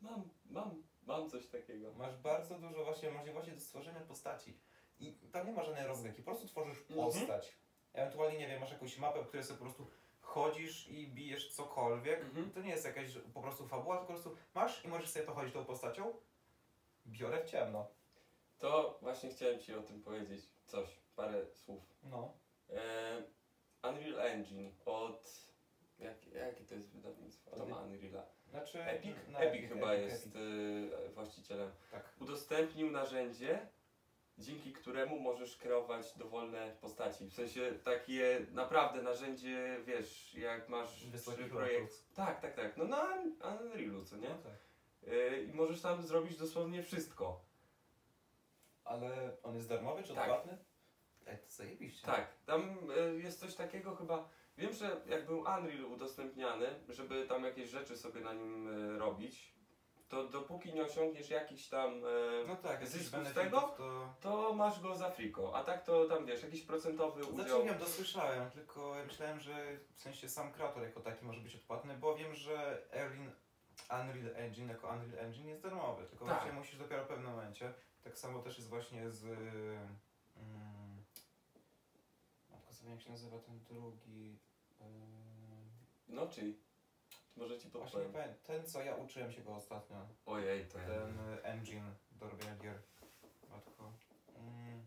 A: Mam, mam, mam coś takiego.
B: Masz bardzo dużo właśnie możliwości do stworzenia postaci. I tam nie ma żadnej rozgrywki, po prostu tworzysz
A: Mhm.
B: postać. Ewentualnie, nie wiem, masz jakąś mapę, w której sobie po prostu chodzisz i bijesz cokolwiek.
A: Mhm.
B: To nie jest jakaś że po prostu fabuła, tylko po prostu masz i możesz sobie to chodzić tą postacią. Biorę w ciemno.
A: To właśnie chciałem Ci o tym powiedzieć. Coś, parę słów.
B: No.
A: E, Unreal Engine od... Jak, jakie to jest wydawnictwo? To ma Unreala.
B: Znaczy,
A: Epic?
B: na
A: Epic, chyba
B: Epic,
A: jest
B: Epic.
A: y, właścicielem.
B: Tak.
A: Udostępnił narzędzie, dzięki któremu możesz kreować dowolne postaci. W sensie takie naprawdę narzędzie, wiesz, jak masz
B: Wysokich
A: trzy
B: lotów.
A: projekty. Tak, tak, tak. No na Unrealu, co nie?
B: No tak.
A: Y, I możesz tam zrobić dosłownie wszystko.
B: Ale on jest darmowy czy
A: Tak.
B: odpłatny? Ej, E, to zajebiście.
A: Tak, tam e, jest coś takiego chyba. Wiem, że jak był Unreal udostępniany, żeby tam jakieś rzeczy sobie na nim e, robić, to dopóki nie osiągniesz jakichś tam. e,
B: No tak,
A: Zysków
B: jesteś
A: z
B: benefitów,
A: tego?
B: to...
A: To masz go za friko, a tak to tam wiesz, jakiś procentowy udział.
B: Znaczy wiem, dosłyszałem, tylko ja myślałem, że w sensie sam kreator jako taki może być odpłatny, bo wiem, że Erlin Unreal Engine jako Unreal Engine jest darmowy, tylko
A: Tak.
B: właśnie musisz dopiero w pewnym momencie. Tak samo też jest właśnie z... Mm, matko, co wiem, jak się nazywa ten drugi...
A: No czyli. Może ci
B: Właśnie nie
A: podpowiem.
B: pamiętam. Ten, co ja uczyłem się go ostatnio.
A: Ojej, to ja.
B: Ten y, engine do robienia gier. Matko. Mm.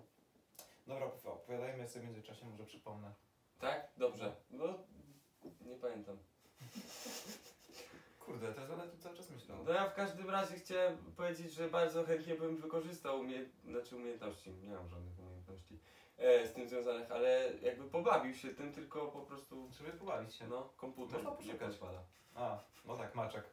B: Dobra, opowi- opowiadajmy sobie w międzyczasie, może przypomnę.
A: Tak? Dobrze. No, nie pamiętam.
B: Kurde, teraz będę o tym cały czas myślał.
A: No ja w każdym razie chciałem powiedzieć, że bardzo chętnie bym wykorzystał umie... znaczy umiejętności, nie mam żadnych umiejętności e, z tym związanych, ale jakby pobawił się tym, tylko po prostu,
B: Żeby pobawić się.
A: no, komputer
B: Można
A: nie
B: poszukać.
A: pozwala.
B: A, no tak, maczek.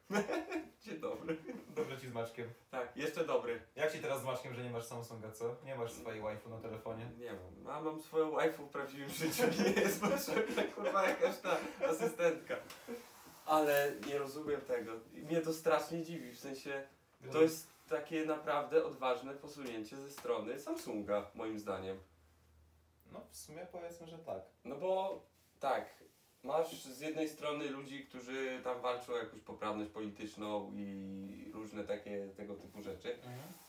A: Dzień dobry.
B: Dobrze ci z maczkiem.
A: Tak, jeszcze dobry.
B: Jak ci teraz z maczkiem, że nie masz Samsunga, co? Nie masz swojej waifu na telefonie?
A: Nie mam, a mam swoją waifu w prawdziwym życiu, nie jest potrzebna kurwa jakaś ta asystentka. Ale nie rozumiem tego, I mnie to strasznie dziwi, w sensie to
B: Mhm.
A: jest takie naprawdę odważne posunięcie ze strony Samsunga, moim zdaniem.
B: No w sumie powiedzmy, że tak.
A: No bo tak, masz z jednej strony ludzi, którzy tam walczą o jakąś poprawność polityczną i różne takie tego typu rzeczy.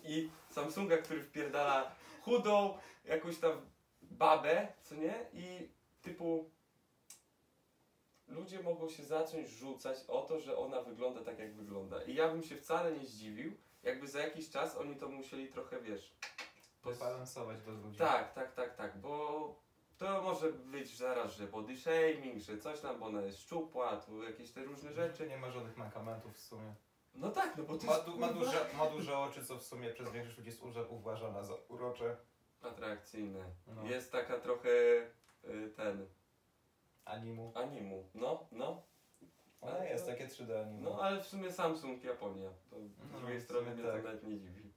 A: I Samsunga, który wpierdala chudą jakąś tam babę, co nie? I typu ludzie mogą się zacząć rzucać o to, że ona wygląda tak, jak wygląda. I ja bym się wcale nie zdziwił, jakby za jakiś czas oni to musieli trochę, wiesz... pos-
B: Pobalansować do ludzi.
A: tak, tak, tak, tak, bo to może być zaraz, że body shaming, że coś tam, bo ona jest szczupła, tu jakieś te różne rzeczy.
B: Rzeczy nie ma żadnych mankamentów w sumie.
A: No tak, no bo to
B: Ma,
A: jest
B: du, ma,
A: kurwa,
B: duże, ma duże oczy, co w sumie przez większość ludzi jest uże- uważane za urocze.
A: atrakcyjne.
B: No.
A: Jest taka trochę y, ten,
B: Animu.
A: animu, no, no,
B: Ona
A: Ale
B: jest
A: to-
B: takie 3D animu.
A: no, ale w sumie Samsung Japonia, to z
B: No,
A: drugiej
B: w
A: strony
B: sumie
A: mnie
B: tak.
A: to nawet nie dziwi.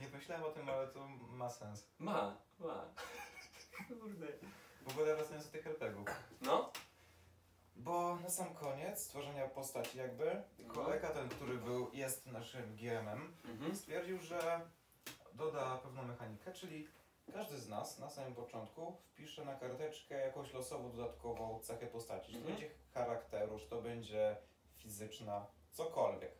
B: Nie myślałem o tym, ale to ma sens.
A: Ma, ma. Kurde.
B: W ogóle wracając do tych RPGów.
A: No,
B: Bo na sam koniec tworzenia postaci jakby, kolega ten, który był, jest naszym GM-em,
A: No. mhm.
B: stwierdził, że doda pewną mechanikę, czyli każdy z nas na samym początku wpisze na karteczkę jakąś losową dodatkową cechę postaci. Czy to
A: Mhm.
B: będzie charakteru, czy to będzie fizyczna, cokolwiek.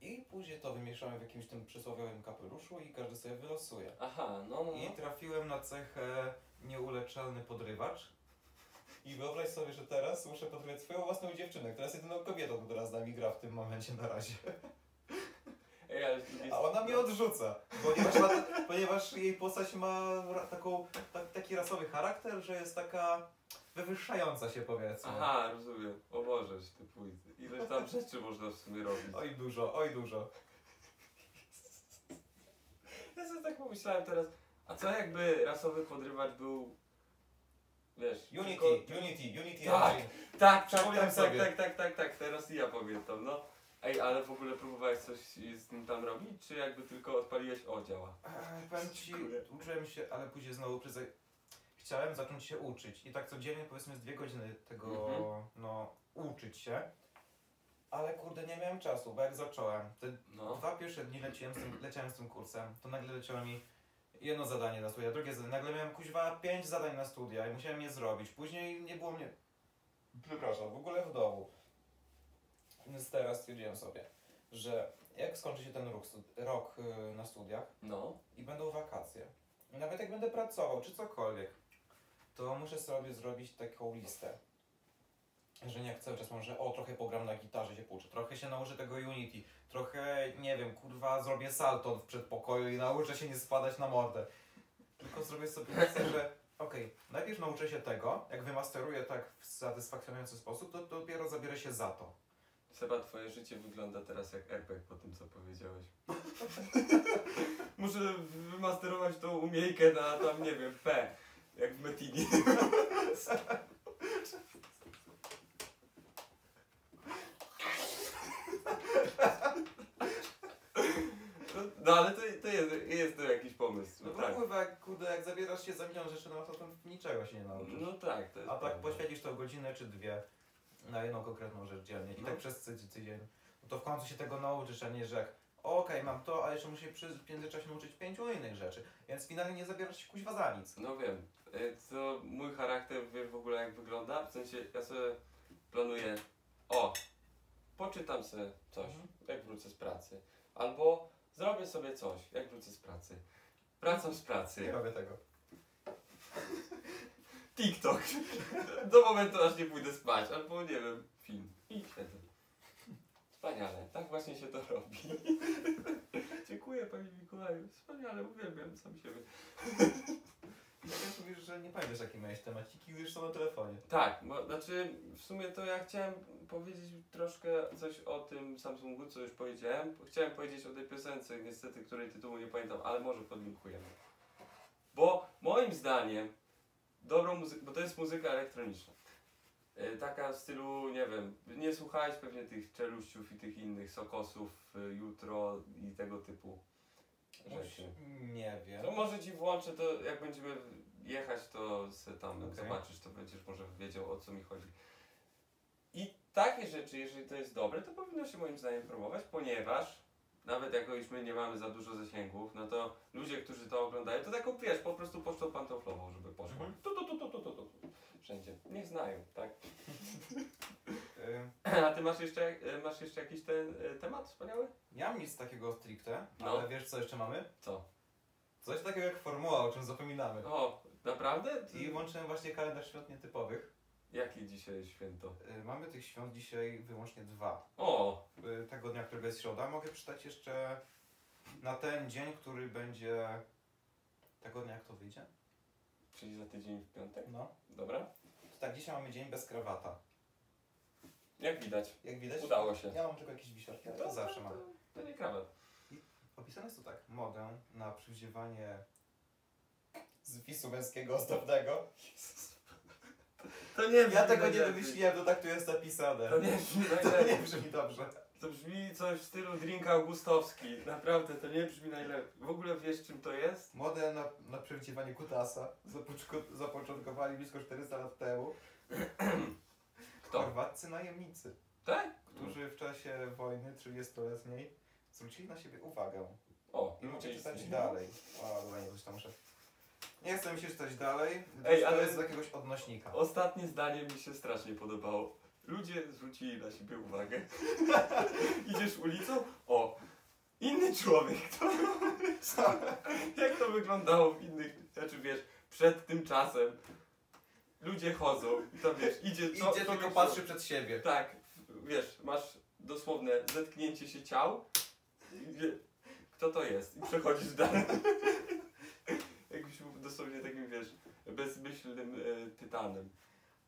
B: I później to wymieszamy w jakimś tym przysłowiowym kapeluszu i każdy sobie wylosuje.
A: Aha, no, no,
B: I
A: no.
B: trafiłem na cechę nieuleczalny podrywacz. I wyobraź sobie, że teraz muszę podrywać swoją własną dziewczynę, która jest jedyną kobietą, która z nami gra w tym momencie na razie.
A: Ej, ale z drugiej
B: A ona mnie
A: strony-
B: odrzuca, ponieważ, ma, ponieważ jej postać ma ra- taką, ta, taki rasowy charakter, że jest taka wywyższająca się powiedzmy.
A: Aha, rozumiem. O Bożeś, ty pójdę. Ileż tam rzeczy można w sumie robić.
B: Oj dużo, oj dużo.
A: Ja sobie tak pomyślałem teraz, a co jakby rasowy podrywacz był, wiesz...
B: Unity,
A: tylko-
B: Unity, Unity.
A: Tak.
B: Engine.
A: Tak, tak,
B: Przypomniałem
A: tak, tak,
B: sobie.
A: tak, tak, tak, tak, teraz i ja pamiętam, no. Ej, ale w ogóle próbowałeś coś z nim tam robić, czy jakby tylko odpaliłeś, o, działa.
B: Eee, Powiem ci,
A: Dziękuję.
B: uczyłem się, ale później znowu przez... Chciałem zacząć się uczyć i tak codziennie powiedzmy z dwie godziny tego,
A: Mhm.
B: no, uczyć się. Ale kurde, nie miałem czasu, bo jak zacząłem, te
A: No.
B: dwa pierwsze dni leciałem z, tym, leciałem z tym kursem, to nagle leciało mi jedno zadanie na studia, drugie zadanie, nagle miałem kuźwa pięć zadań na studia i musiałem je zrobić. Później nie było mnie, przepraszam, w ogóle w domu. Więc teraz stwierdziłem sobie, że jak skończy się ten rok, stud- rok yy, na studiach,
A: No.
B: i będą wakacje. I nawet jak będę pracował, czy cokolwiek, to muszę sobie zrobić taką listę. Że nie jak cały czas mam, że o, trochę pogram na gitarze się pouczę, trochę się nauczę tego Unity, trochę, nie wiem, kurwa, zrobię salto w przedpokoju i nauczę się nie spadać na mordę. Tylko zrobię sobie listę, że okej, najpierw nauczę się tego, jak wymasteruję tak w satysfakcjonujący sposób, to dopiero zabiorę się za to.
A: Seba, twoje życie wygląda teraz jak RPG po tym, co powiedziałeś. Muszę wymasterować tą umiejkę na tam, nie wiem, P. Jak w Metinie. No ale to, to jest, jest to jakiś pomysł.
B: No
A: No,
B: bo
A: tak.
B: kurwa, kurde, jak zabierasz się za milion rzeczy, no to, to niczego się nie nauczysz.
A: No tak, to jest
B: A tak
A: prawda.
B: poświęcisz to godzinę czy dwie na jedną konkretną rzecz dziennie i
A: No.
B: tak przez tydzień, tydzień, no to w końcu się tego nauczysz, a nie, że jak okej, mam to, ale jeszcze muszę przy w międzyczasie nauczyć pięciu innych rzeczy, więc finalnie nie zabierasz się kuźwa za nic.
A: No wiem, E, co mój charakter wie w ogóle jak wygląda, w sensie ja sobie planuję, o, poczytam sobie coś,
B: Mhm.
A: jak wrócę z pracy, albo zrobię sobie coś, jak wrócę z pracy. Wracam z
B: Nie
A: pracy.
B: robię tego.
A: TikTok. Do momentu aż nie pójdę spać, albo nie wiem, film. I siedzę. Wspaniale, tak właśnie się to robi. Dziękuję Panie Mikołaju, wspaniale, uwielbiam sam siebie.
B: Tak Jak mówisz, że nie pamiętasz jakie miałeś temaciki, gdyż są na telefonie.
A: Tak, bo znaczy w sumie to ja chciałem powiedzieć troszkę coś o tym Samsungu, co już powiedziałem. Chciałem powiedzieć o tej piosence, niestety, której tytułu nie pamiętam, ale może podlinkujemy. Bo moim zdaniem dobrą muzykę, bo to jest muzyka elektroniczna. E, Taka w stylu, nie wiem, nie słuchałeś pewnie tych czeluściów i tych innych sokosów y, jutro i tego typu rzeczy.
B: Nie wiem.
A: No może ci włączę to, jak będziemy jechać, to se tam
B: Okej.
A: zobaczysz, to będziesz może wiedział o co mi chodzi. I takie rzeczy, jeżeli to jest dobre, to powinno się moim zdaniem promować, ponieważ nawet jako iż my nie mamy za dużo zasięgów, no to ludzie, którzy to oglądają, to taką wiesz, po prostu pocztą pantoflową, żeby poszło.
B: Mhm.
A: Tu, tu, tu, tu, tu, tu, tu. Wszędzie. Niech znają, tak?
B: Y,
A: A ty masz jeszcze, e, masz jeszcze jakiś ten e, temat wspaniały?
B: nie mam nic takiego stricte,
A: No.
B: ale wiesz co jeszcze mamy?
A: Co? No.
B: Coś takiego jak formuła, o czym zapominamy.
A: O, naprawdę? Ty,
B: I włączyłem właśnie kalendarz świąt nietypowych.
A: Jakie dzisiaj święto?
B: Y, mamy tych świąt dzisiaj wyłącznie dwa.
A: O,
B: Y, tego dnia, którego jest środa, mogę przeczytać jeszcze na ten dzień, który będzie... Tego dnia, jak to wyjdzie?
A: Czyli za tydzień w piątek?
B: No.
A: Dobra.
B: To tak, dzisiaj mamy dzień bez krawata.
A: Jak widać,
B: Jak widać,
A: udało się.
B: ja mam tylko jakieś wisiorki, ale No, to zawsze mam.
A: To nie krawat.
B: Opisane jest to tak. Modę na przywdziewanie zpisu męskiego ozdobnego.
A: To nie
B: Ja tego nie wymyśliłem, to tak tu jest napisane.
A: To nie brzmi
B: To nie
A: najlepiej.
B: brzmi dobrze.
A: To brzmi coś w stylu drinka Augustowski. Naprawdę, to nie brzmi najlepiej. W ogóle wiesz czym to jest?
B: Modę na, na przywdziewanie kutasa zapoczko- zapoczątkowali blisko 400 lat temu
A: Kto?
B: chorwaccy najemnicy,
A: Tak?
B: którzy w czasie wojny 30-letniej zwrócili na siebie uwagę.
A: O,
B: I mogę
A: ludzie
B: czytać
A: istnieją.
B: dalej. O, dobra, nie, coś tam muszę. Nie chcę mi się czytać dalej,
A: Ej,
B: Ej, ale...
A: ale-
B: to jest z jakiegoś odnośnika.
A: Ostatnie zdanie mi się strasznie podobało. Ludzie zwrócili na siebie uwagę. Idziesz ulicą? O! Inny człowiek. To... Jak to wyglądało w innych... Znaczy wiesz, przed tym czasem ludzie chodzą i to wiesz, idzie... to-
B: Idzie
A: to
B: tylko
A: wiesz,
B: patrzy przed siebie.
A: Tak, wiesz, masz dosłowne zetknięcie się ciał. i wie- Kto to jest? I przechodzisz dalej. Jakbyś był dosłownie takim, wiesz, bezmyślnym e, tytanem.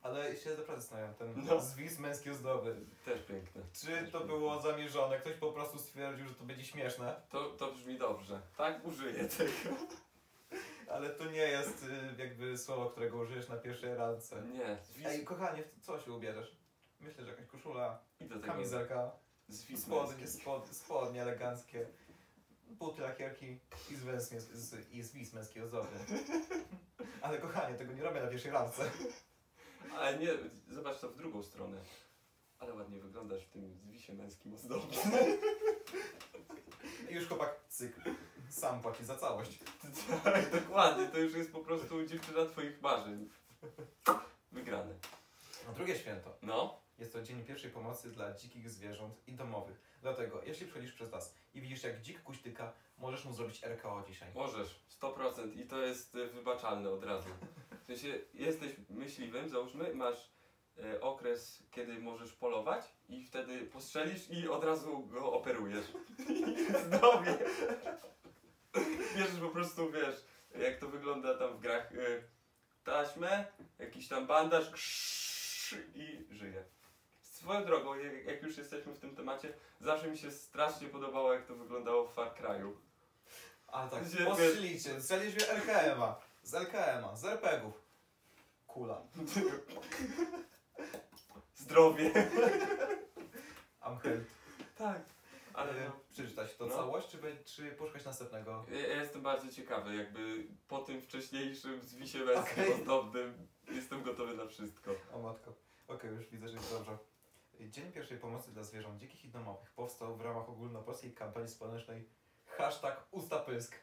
B: Ale się naprawdę zastanawiam, ten
A: No.
B: zwis męskiej ozdoby.
A: Też piękne.
B: Czy to było zamierzone? Ktoś po prostu stwierdził, że to będzie śmieszne,
A: To, to brzmi dobrze. Tak użyję tego.
B: ale to nie jest y, jakby słowo, którego użyjesz na pierwszej randce.
A: Nie,
B: Ej,
A: zwis...
B: kochanie, w co się ubierzesz? Myślę, że jakaś koszula,
A: I do tego
B: kamizelka,
A: zwis
B: spodnie,
A: męski.
B: spod, spodnie eleganckie, buty lakierki i zwis, męs- z, i zwis męskiej ozdoby. Ale kochanie, tego nie robię na pierwszej randce.
A: Ale nie, zobacz to w drugą stronę. Ale ładnie wyglądasz w tym zwisie męskim ozdobie.
B: I już chłopak, cyk, sam płaci za całość.
A: Tak, dokładnie. To już jest po prostu dziewczyna twoich marzeń. Wygrane.
B: No, drugie święto.
A: No.
B: Jest to dzień pierwszej pomocy dla dzikich zwierząt i domowych. Dlatego, jeśli przychodzisz przez las i widzisz, jak dzik kuśtyka, możesz mu zrobić RKO dzisiaj.
A: Możesz, 100% i to jest y, wybaczalne od razu. W sensie jesteś myśliwym, załóżmy, masz y, okres, kiedy możesz polować i wtedy postrzelisz i od razu go operujesz. Zdobie. Bierzesz po prostu, wiesz, jak to wygląda tam w grach, y, taśmę, jakiś tam bandaż krzyż, i żyje. Swoją drogą, jak, jak już jesteśmy w tym temacie, zawsze mi się strasznie podobało, jak to wyglądało w Far Cry'u.
B: A tak,
A: Gdzie-
B: postrzelicie, strzelisz mnie RKM-a, E z RKM-a, z RPGów. Kula.
A: Zdrowie.
B: I'm hell.
A: Tak. Ale
B: Ale
A: no,
B: przeczytać E, to
A: No.
B: całość, czy, be- czy poszukać następnego?
A: ja ja jestem bardzo ciekawy, jakby po tym wcześniejszym zwisie męskim
B: Okej.
A: ozdobnym jestem gotowy na wszystko.
B: O matko. Okej, już widzę, że jest dobrze. Dzień pierwszej pomocy dla zwierząt dzikich i domowych powstał w ramach ogólnopolskiej kampanii społecznej hashtag ustapysk.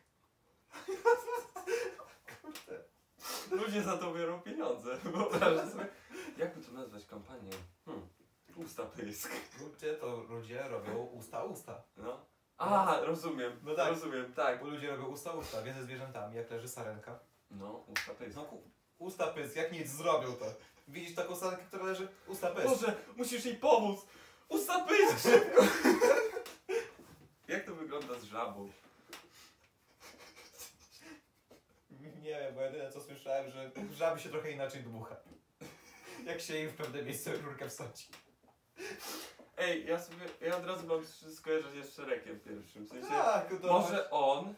A: Ludzie za to biorą pieniądze. Wyobrażasz sobie? Jakby to nazwać kampanię? Hmm. Usta pysk.
B: Ludzie to ludzie robią usta usta.
A: No. A, rozumiem.
B: No tak.
A: Rozumiem, tak.
B: Bo ludzie robią usta usta, więc ze zwierzętami, jak leży sarenka.
A: No, usta pysk.
B: No ku, usta pysk, jak nic zrobił to. Widzisz taką sankę, która leży? Usta pysk.
A: No Boże, musisz jej pomóc! Ustapyć szybko! Jak to wygląda z żabą?
B: Nie wiem, bo jedyne co słyszałem, że żaby się trochę inaczej dmucha. Jak się jej w pewne miejsce rurkę wsadzi.
A: Ej, ja sobie, ja od razu mam skojarzenie z szerekiem pierwszym. W sensie,
B: Tak, to
A: może on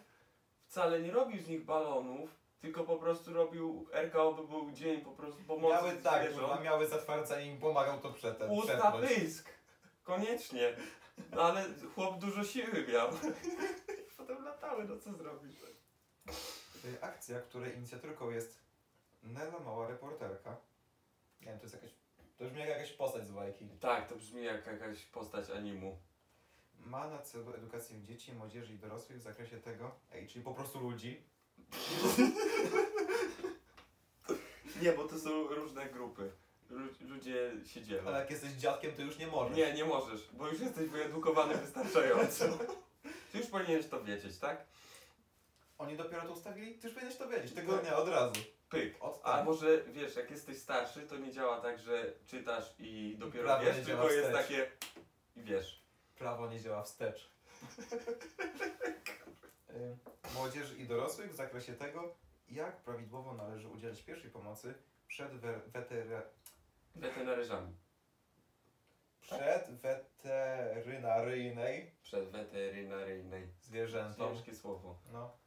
A: wcale nie robił z nich balonów, tylko po prostu robił, RKO by był dzień po prostu pomocy
B: Miały tak, kurwa,
A: zwierząt.
B: miały zatwardzenie i im pomagał to przetem.
A: Usta
B: przetrwać.
A: pysk! Koniecznie. No ale chłop dużo siły miał. Potem latały, no co zrobisz?
B: Y, Akcja, której inicjatorką jest Nela Mała Reporterka. Nie wiem, to jest jakaś... To brzmi jak jakaś postać z bajki.
A: Tak, to brzmi jak jakaś postać animu.
B: Ma na celu edukację dzieci, młodzieży i dorosłych w zakresie tego... Ej, czyli po prostu ludzi.
A: Nie, bo to są różne grupy. Lu- Ludzie się dzielą.
B: Ale jak jesteś dziadkiem, to już nie możesz.
A: Nie, nie możesz, bo już jesteś wyedukowany wystarczająco. Ty już powinieneś to wiedzieć, tak?
B: Oni dopiero to ustawili? Ty już powinieneś to wiedzieć, tego
A: Tak.
B: dnia od razu.
A: Pyk.
B: Od tak.
A: A
B: tam.
A: może wiesz, jak jesteś starszy, to nie działa tak, że czytasz i dopiero
B: Prawo nie
A: wiesz,
B: działa
A: tylko jest
B: wstecz.
A: takie i wiesz.
B: Prawo nie działa wstecz. Y, Młodzieży i dorosłych w zakresie tego, jak prawidłowo należy udzielać pierwszej pomocy przed wer- wetera-
A: Weterynaryżami.
B: przed weterynaryjnej
A: Przed weterynaryjnej.
B: zwierzętom.
A: Ciężkie słowo.
B: No.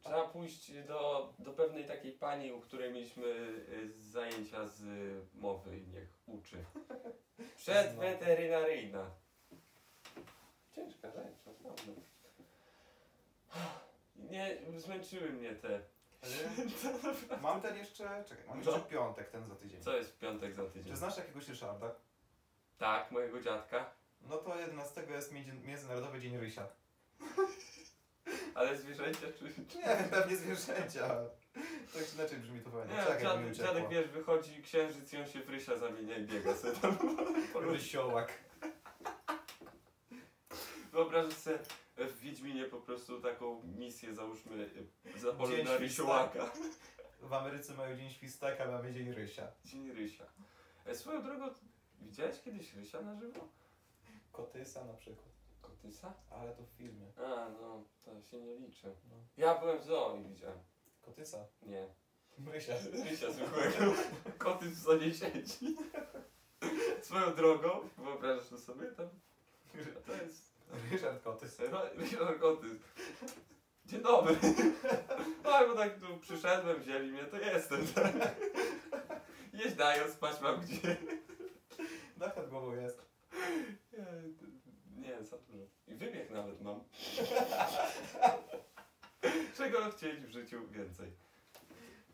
A: Trzeba pójść do, do pewnej takiej pani, u której mieliśmy y, zajęcia z y, mowy i niech uczy.
B: No.
A: Przedweterynaryjna. Ciężka rzecz, naprawdę. Nie, zmęczyły mnie te.
B: Mam ten jeszcze, czekaj, mam jeszcze
A: No.
B: piątek, ten za tydzień.
A: Co jest w piątek za tydzień?
B: Czy znasz jakiegoś Ryszarda?
A: Tak, mojego dziadka,
B: No to 11 jest Między- Międzynarodowy Dzień Rysia.
A: ale zwierzęcia czy... czy...
B: Nie wiem, pewnie zwierzęcia. Tak czy inaczej brzmi to pewnie.
A: Nie,
B: Czekaj,
A: dziad,
B: mi
A: dziadek
B: uciekło.
A: wiesz, wychodzi księżyc i on się w rysia zamienia i biega sobie tam. po lesie.
B: Rysiołak.
A: Wyobrażasz sobie w Wiedźminie po prostu taką misję, załóżmy, y, za polu
B: Dzień
A: na
B: śwista.
A: rysiołaka.
B: W Ameryce mają Dzień Świstaka, mamy Dzień Rysia.
A: Dzień rysia. E, swoją drogą, widziałeś kiedyś rysia na żywo?
B: Kotysa na przykład.
A: Kotysa?
B: Ale to w filmie.
A: A, no, to się nie liczy.
B: No.
A: Ja byłem w zoo i widziałem.
B: Kotysa.
A: Nie.
B: Rysia.
A: Rysia zwykłego. Koty w zoo nie siedzi. Swoją drogą, wyobrażasz to sobie tam? To jest...
B: Ryszard Kotys.
A: Ro- Ryszard Koty. Dzień dobry. No, bo tak tu przyszedłem, wzięli mnie, to jestem. tak. Jeź dają, spać mam gdzie.
B: Dach nad głową jest.
A: Nie, za dużo. I wybieg nawet mam. Czego chcieć w życiu więcej?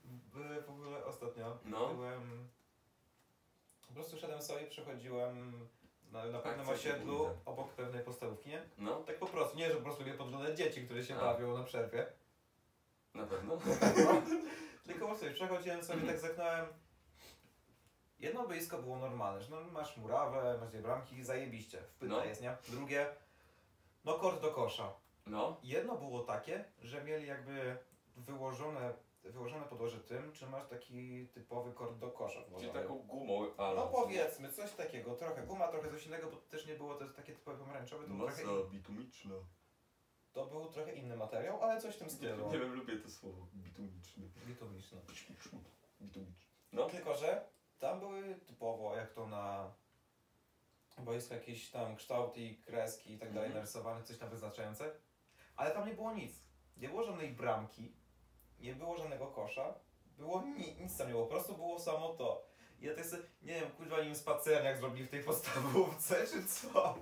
B: By- W ogóle ostatnio
A: No.
B: byłem. Po prostu szedłem sobie, przechodziłem na,
A: Tak,
B: na pewnym
A: Akcja
B: osiedlu
A: podwójna.
B: obok pewnej podstawówki, nie?
A: No,
B: Tak po prostu, nie, że po prostu lubię podglądać dzieci, które się
A: A.
B: bawią na przerwie.
A: na pewno.
B: Tylko po prostu przechodziłem
A: Mhm.
B: sobie, tak zaknąłem. Jedno boisko było normalne, że no, masz murawę, masz dwie bramki, zajebiście, wpyta
A: No.
B: jest, nie? Drugie, no kort do kosza.
A: No,
B: Jedno było takie, że mieli jakby wyłożone, wyłożone podłoże tym, czy masz taki typowy kort do kosza
A: czyli
B: włożony.
A: taką gumą, ale...
B: No powiedzmy, coś takiego, trochę guma, trochę coś innego, bo to też nie było to jest takie typowe pomarańczowe, to, był trochę,
A: Masa
B: in-
A: bitumiczna.
B: to był trochę inny materiał, ale coś w tym
A: Nie,
B: stylu.
A: nie wiem, lubię to słowo. Bitumiczny.
B: Litowiczny.
A: No, Bitumiczny. No,
B: Tylko, że tam były typowo, jak to na boisku jakieś tam kształty i kreski i tak dalej
A: Mhm.
B: narysowane, coś tam wyznaczające, ale tam nie było nic. Nie było żadnej bramki, nie było żadnego kosza, było ni- nic tam nie było, po prostu było samo to. I ja tak sobie, nie wiem, kurwa nim spacerniak zrobili w tej podstawówce, czy co?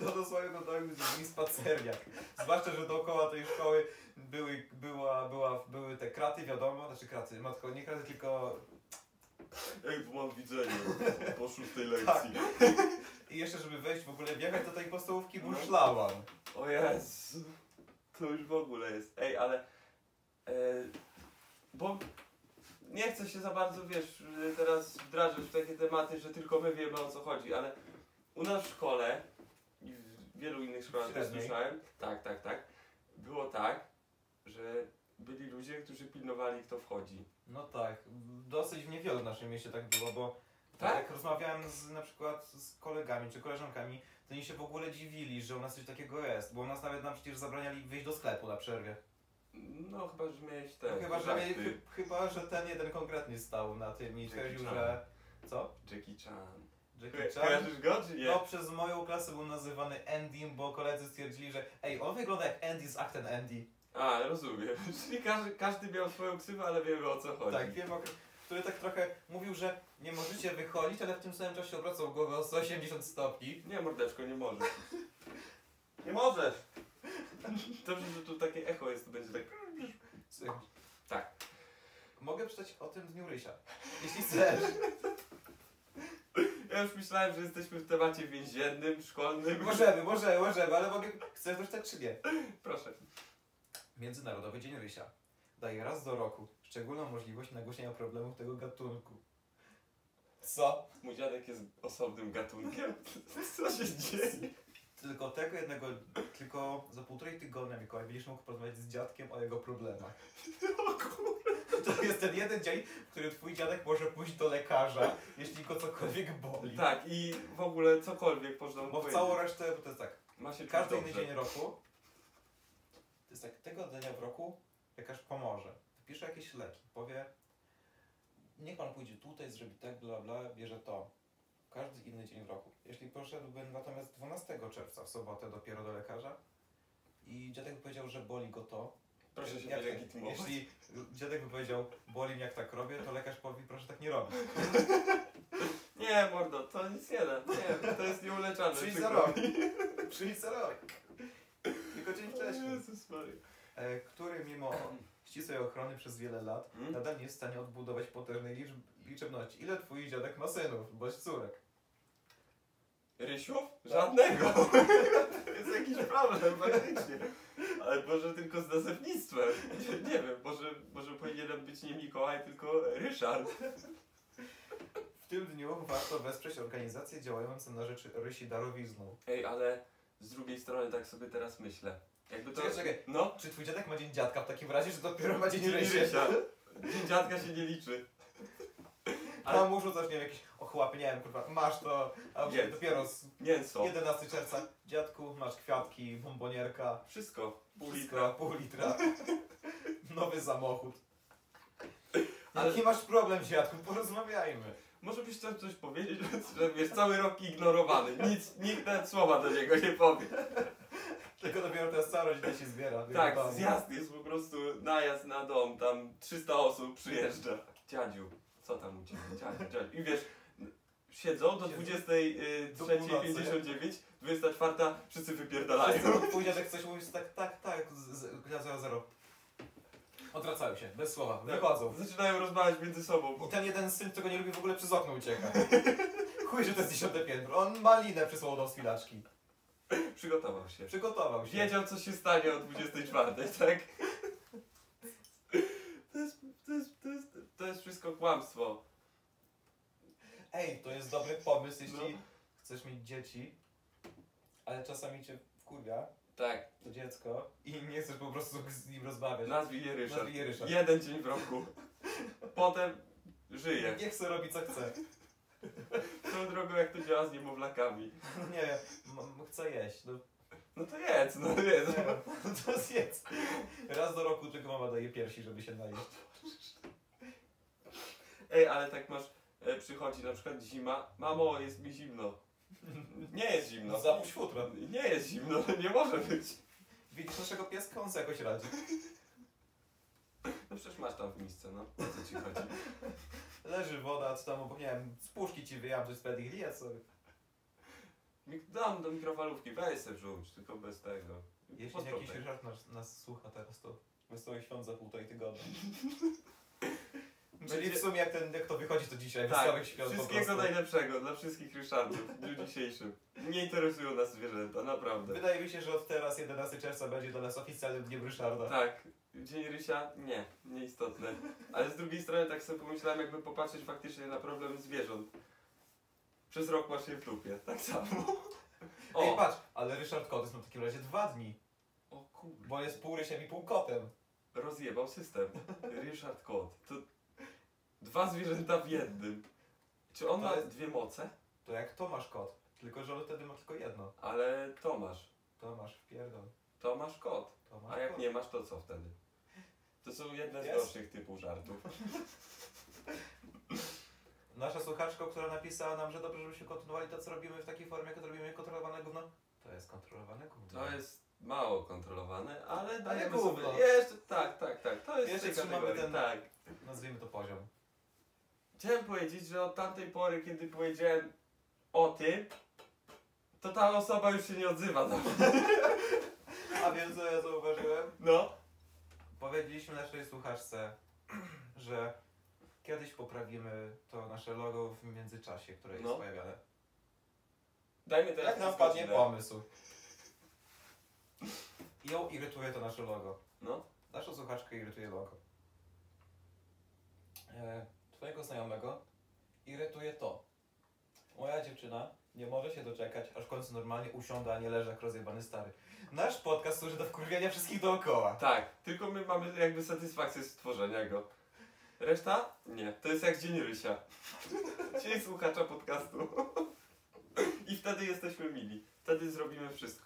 B: To dosłownie to tak zrobili spacerniak. Zwłaszcza, że dookoła tej szkoły były, była, była, były te kraty, wiadomo, znaczy kraty, matko, nie kraty, tylko
A: jak w mam widzenie po szóstej
B: Tak.
A: lekcji.
B: I jeszcze, żeby wejść w ogóle, wjechać do tej podstawówki, był
A: No.
B: szlaban.
A: O Jezu, to już w ogóle jest. Ej, ale... E, bo nie chcę się za bardzo, wiesz, teraz wdrażać w takie tematy, że tylko my wiemy o co chodzi, ale u nas w szkole i w wielu innych szkołach też
B: Średniej.
A: słyszałem, tak, tak, tak, było tak, że byli ludzie, którzy pilnowali kto wchodzi.
B: No tak, dosyć w niewielu w naszym mieście tak było, bo
A: Tak?
B: jak rozmawiałem z, na przykład z kolegami czy koleżankami, to oni się w ogóle dziwili, że u nas coś takiego jest, bo u nas nawet nam przecież zabraniali wyjść do sklepu na przerwie.
A: No chyba, że miałeś
B: No
A: ten.
B: chyba, że,
A: żarty.
B: mieli, chy- chyba, że ten jeden konkretnie stał na tym i
A: tak. Jackie
B: twierdził,
A: Chan.
B: że... Co?
A: Jackie Chan.
B: Jackie Chan?
A: Kojarzysz go czy nie?
B: No przez moją klasę był nazywany Endym, bo koledzy stwierdzili, że ej, on wygląda jak Andy z Acten Andy.
A: A, rozumiem. Czyli każdy, każdy miał swoją ksywę, ale wiemy o co chodzi.
B: Tak, wiem, o- który tak trochę mówił, że nie możecie wychodzić, ale w tym samym czasie obracał głowę o 180 stopni.
A: Nie, mordeczko, nie możesz. Nie możesz! Dobrze, że tu takie echo jest, to będzie tak...
B: Słuchaj,
A: Tak.
B: Mogę przeczytać o tym dniu Rysia, jeśli chcesz.
A: Ja już myślałem, że jesteśmy w temacie więziennym, szkolnym.
B: Możemy, możemy, możemy, ale mogę... Chcesz przeczytać czy nie?
A: Proszę.
B: Międzynarodowy Dzień Rysia daje raz do roku szczególną możliwość nagłośnienia problemów tego gatunku. Co?
A: Mój dziadek jest osobnym gatunkiem. Co się dzieje?
B: Tylko tego jednego, tylko za półtorej tygodnia Mikołaj będziesz mógł porozmawiać z dziadkiem o jego problemach.
A: O kur...
B: To jest ten jeden dzień, w którym twój dziadek może pójść do lekarza, jeśli go cokolwiek boli.
A: Tak, i w ogóle cokolwiek można mu
B: Bo w
A: powiedzieć.
B: całą resztę to jest tak.
A: Ma się
B: Każdy
A: czuć
B: inny
A: dobrze.
B: dzień roku. To jest tak, tego dnia w roku lekarz pomoże. Wypisze jakieś leki. Powie, niech pan pójdzie tutaj, zrobi tak, bla, bla, bierze to. Każdy inny dzień w roku. Jeśli poszedłbym natomiast 12 czerwca w sobotę dopiero do lekarza i dziadek powiedział, że boli go to.
A: Proszę się
B: Jak tak-
A: wylegitymować.
B: Jeśli dziadek by powiedział, boli mnie jak tak robię, to lekarz powie, proszę tak nie robić.
A: Nie, mordo, to nic nie da. Nie, to jest nieuleczalne.
B: Przyjdź
A: przykro
B: za
A: mi.
B: rok. Przyjdź za rok. Tylko dzień
A: O
B: wcześniej.
A: Jezus Maria.
B: e, który mimo ścisłej ochrony przez wiele lat
A: Hmm?
B: nadal nie jest w stanie odbudować potężnej liczb- liczebności. Ile twój dziadek ma synów, bądź córek?
A: Rysiów? Żadnego.
B: Tak.
A: to jest jakiś problem faktycznie. Ale może tylko z nazewnictwem. Nie, nie wiem, może, może powinienem być nie Mikołaj, tylko Ryszard.
B: W tym dniu warto wesprzeć organizacje działające na rzecz Rysi darowizną.
A: Ej, ale z drugiej strony tak sobie teraz myślę. Jakby to...
B: Czekaj, czekaj.
A: No,
B: Czy twój dziadek ma dzień dziadka w takim razie, że dopiero ma dzień Rysia?
A: Rysia. Dzień dziadka się nie liczy. Ale-
B: A mu rzucasz, nie wiem, jakieś ochłapy, nie wiem, kurwa, masz to, a
A: Nie.
B: dopiero z
A: Mięso.
B: 11 czerwca, dziadku, masz kwiatki, bombonierka,
A: Wszystko. Pół
B: wszystko,
A: litra.
B: pół litra, nowy samochód.
A: Ale-
B: Jaki masz problem, dziadku, porozmawiajmy.
A: Może byś chciał coś powiedzieć, że wiesz, cały rok ignorowany. Nic, nikt nawet słowa do niego nie powie.
B: Tylko dopiero teraz cała rodzina się zbiera. do jego
A: Tak,
B: domu.
A: zjazd jest po prostu najazd na dom, tam 300 osób przyjeżdża. Dziadziu, co tam u ciebie? Dziadziu, dziadziu. I wiesz, siedzą do y,
B: Siedzą. Do północy.
A: 23.59, 24, wszyscy wypierdalają.
B: Wszyscy Pójdzie, jak coś mówisz, tak, tak, tak, z- z- ja zero, zero. Odwracają się, bez
A: Tak.
B: słowa, wychodzą.
A: Zaczynają rozmawiać między sobą.
B: I
A: Bo...
B: ten jeden syn, którego nie lubi, w ogóle przez okno ucieka. Chuj, że to jest dziesiąte piętro. On malinę przysłał do spinaczki.
A: Przygotował się.
B: Przygotował się.
A: Wiedział, co się stanie o 24, tak? To jest, to jest, to jest, to jest wszystko kłamstwo.
B: Ej, to jest dobry pomysł, jeśli
A: No.
B: chcesz mieć dzieci, ale czasami cię wkurwia
A: Tak,
B: to dziecko i nie chcesz po prostu z nim rozmawiać.
A: nazwij je Ryszard.
B: Nazwij je Ryszard.
A: Jeden dzień w roku. Potem żyje.
B: No, Niech sobie robi co chce.
A: Tą drogą jak to działa z niemowlakami.
B: No nie wiem, m- m- chce jeść. No,
A: No to jedz, no jedz.
B: No to zjedz. Raz do roku tylko mama daje piersi, żeby się najeść.
A: Ej, ale tak masz, e, przychodzi na przykład zima, mamo jest mi zimno. Nie jest zimno.
B: No zapuść futro.
A: Nie jest zimno, nie może być.
B: Widzisz naszego pieska, on sobie jakoś radzi.
A: No przecież masz tam w misce, no. O co ci chodzi?
B: Leży woda, co tam obok, nie wiem, z puszki ci wyjam, coś spędzi, jedz sobie.
A: Mik- Dam do mikrofalówki, weź se wrzuć, tylko bez tego.
B: Jeśli
A: Pod
B: jakiś
A: prądem.
B: żart nas, nas słucha teraz, to wesołych świąt za półtorej tygodnia. Czyli
A: Będzie-
B: No w sumie jak ten, jak to wychodzi, to dzisiaj
A: Tak,
B: wesołych świąt po
A: wszystkiego
B: prostu.
A: najlepszego dla wszystkich Ryszardów w dniu dzisiejszym. Nie interesują nas zwierzęta, naprawdę.
B: Wydaje mi się, że od teraz 11 czerwca będzie dla nas oficjalnym dniem Ryszarda.
A: Tak. Dzień Rysia? Nie, nieistotne. Ale z drugiej strony tak sobie pomyślałem, jakby popatrzeć faktycznie na problem zwierząt. Przez rok masz je w dupie, tak samo.
B: Ej,
A: O,
B: patrz, ale Ryszard Kot jest na takim razie dwa dni,
A: o kurde.
B: bo on jest pół rysiem i pół kotem.
A: rozjebał system. Ryszard Kot. To dwa zwierzęta w jednym. Czy on
B: To
A: ma
B: jest-
A: dwie moce?
B: To jak Tomasz Kot, tylko że on wtedy ma tylko jedno.
A: Ale Tomasz.
B: Tomasz, wpierdol.
A: Tomasz Kot.
B: Tomasz
A: A jak
B: Kot.
A: nie masz, to co wtedy? To są jedne z
B: Jest.
A: gorszych typów żartów.
B: Nasza słuchaczka, która napisała nam, że dobrze, żebyśmy kontynuowali to, co robimy w takiej formie, jak robimy kontrolowane gówno. To jest kontrolowane gówno.
A: To jest mało kontrolowane, ale dajemy
B: Tak. gówno.
A: sobie... Jeszcze, tak, tak, tak. To jest
B: Jeszcze
A: w tej
B: trzymamy
A: kategorii,
B: ten-
A: Tak.
B: Nazwijmy to poziom.
A: Chciałem powiedzieć, że od tamtej pory, kiedy powiedziałem o tym, to ta osoba już się nie odzywa. No.
B: A więc co ja zauważyłem?
A: no.
B: Powiedzieliśmy naszej słuchaczce, że kiedyś poprawimy to nasze logo w międzyczasie, które jest
A: No. Tak
B: pojawiane.
A: Dajmy teraz
B: Jak nam
A: wszystko
B: wpadnie
A: źle.
B: pomysł. Ją irytuje to nasze logo.
A: No.
B: Naszą słuchaczkę irytuje logo. E, twojego znajomego irytuje to. Moja dziewczyna nie może się doczekać, aż w końcu normalnie usiąda, a nie leży jak rozjebany stary. Nasz podcast służy do wkurwiania wszystkich dookoła.
A: Tak, tylko my mamy jakby satysfakcję z tworzenia go. Reszta? Nie. To jest jak dzień Rysia. Dzień słuchacza podcastu. I wtedy jesteśmy mili. Wtedy zrobimy wszystko.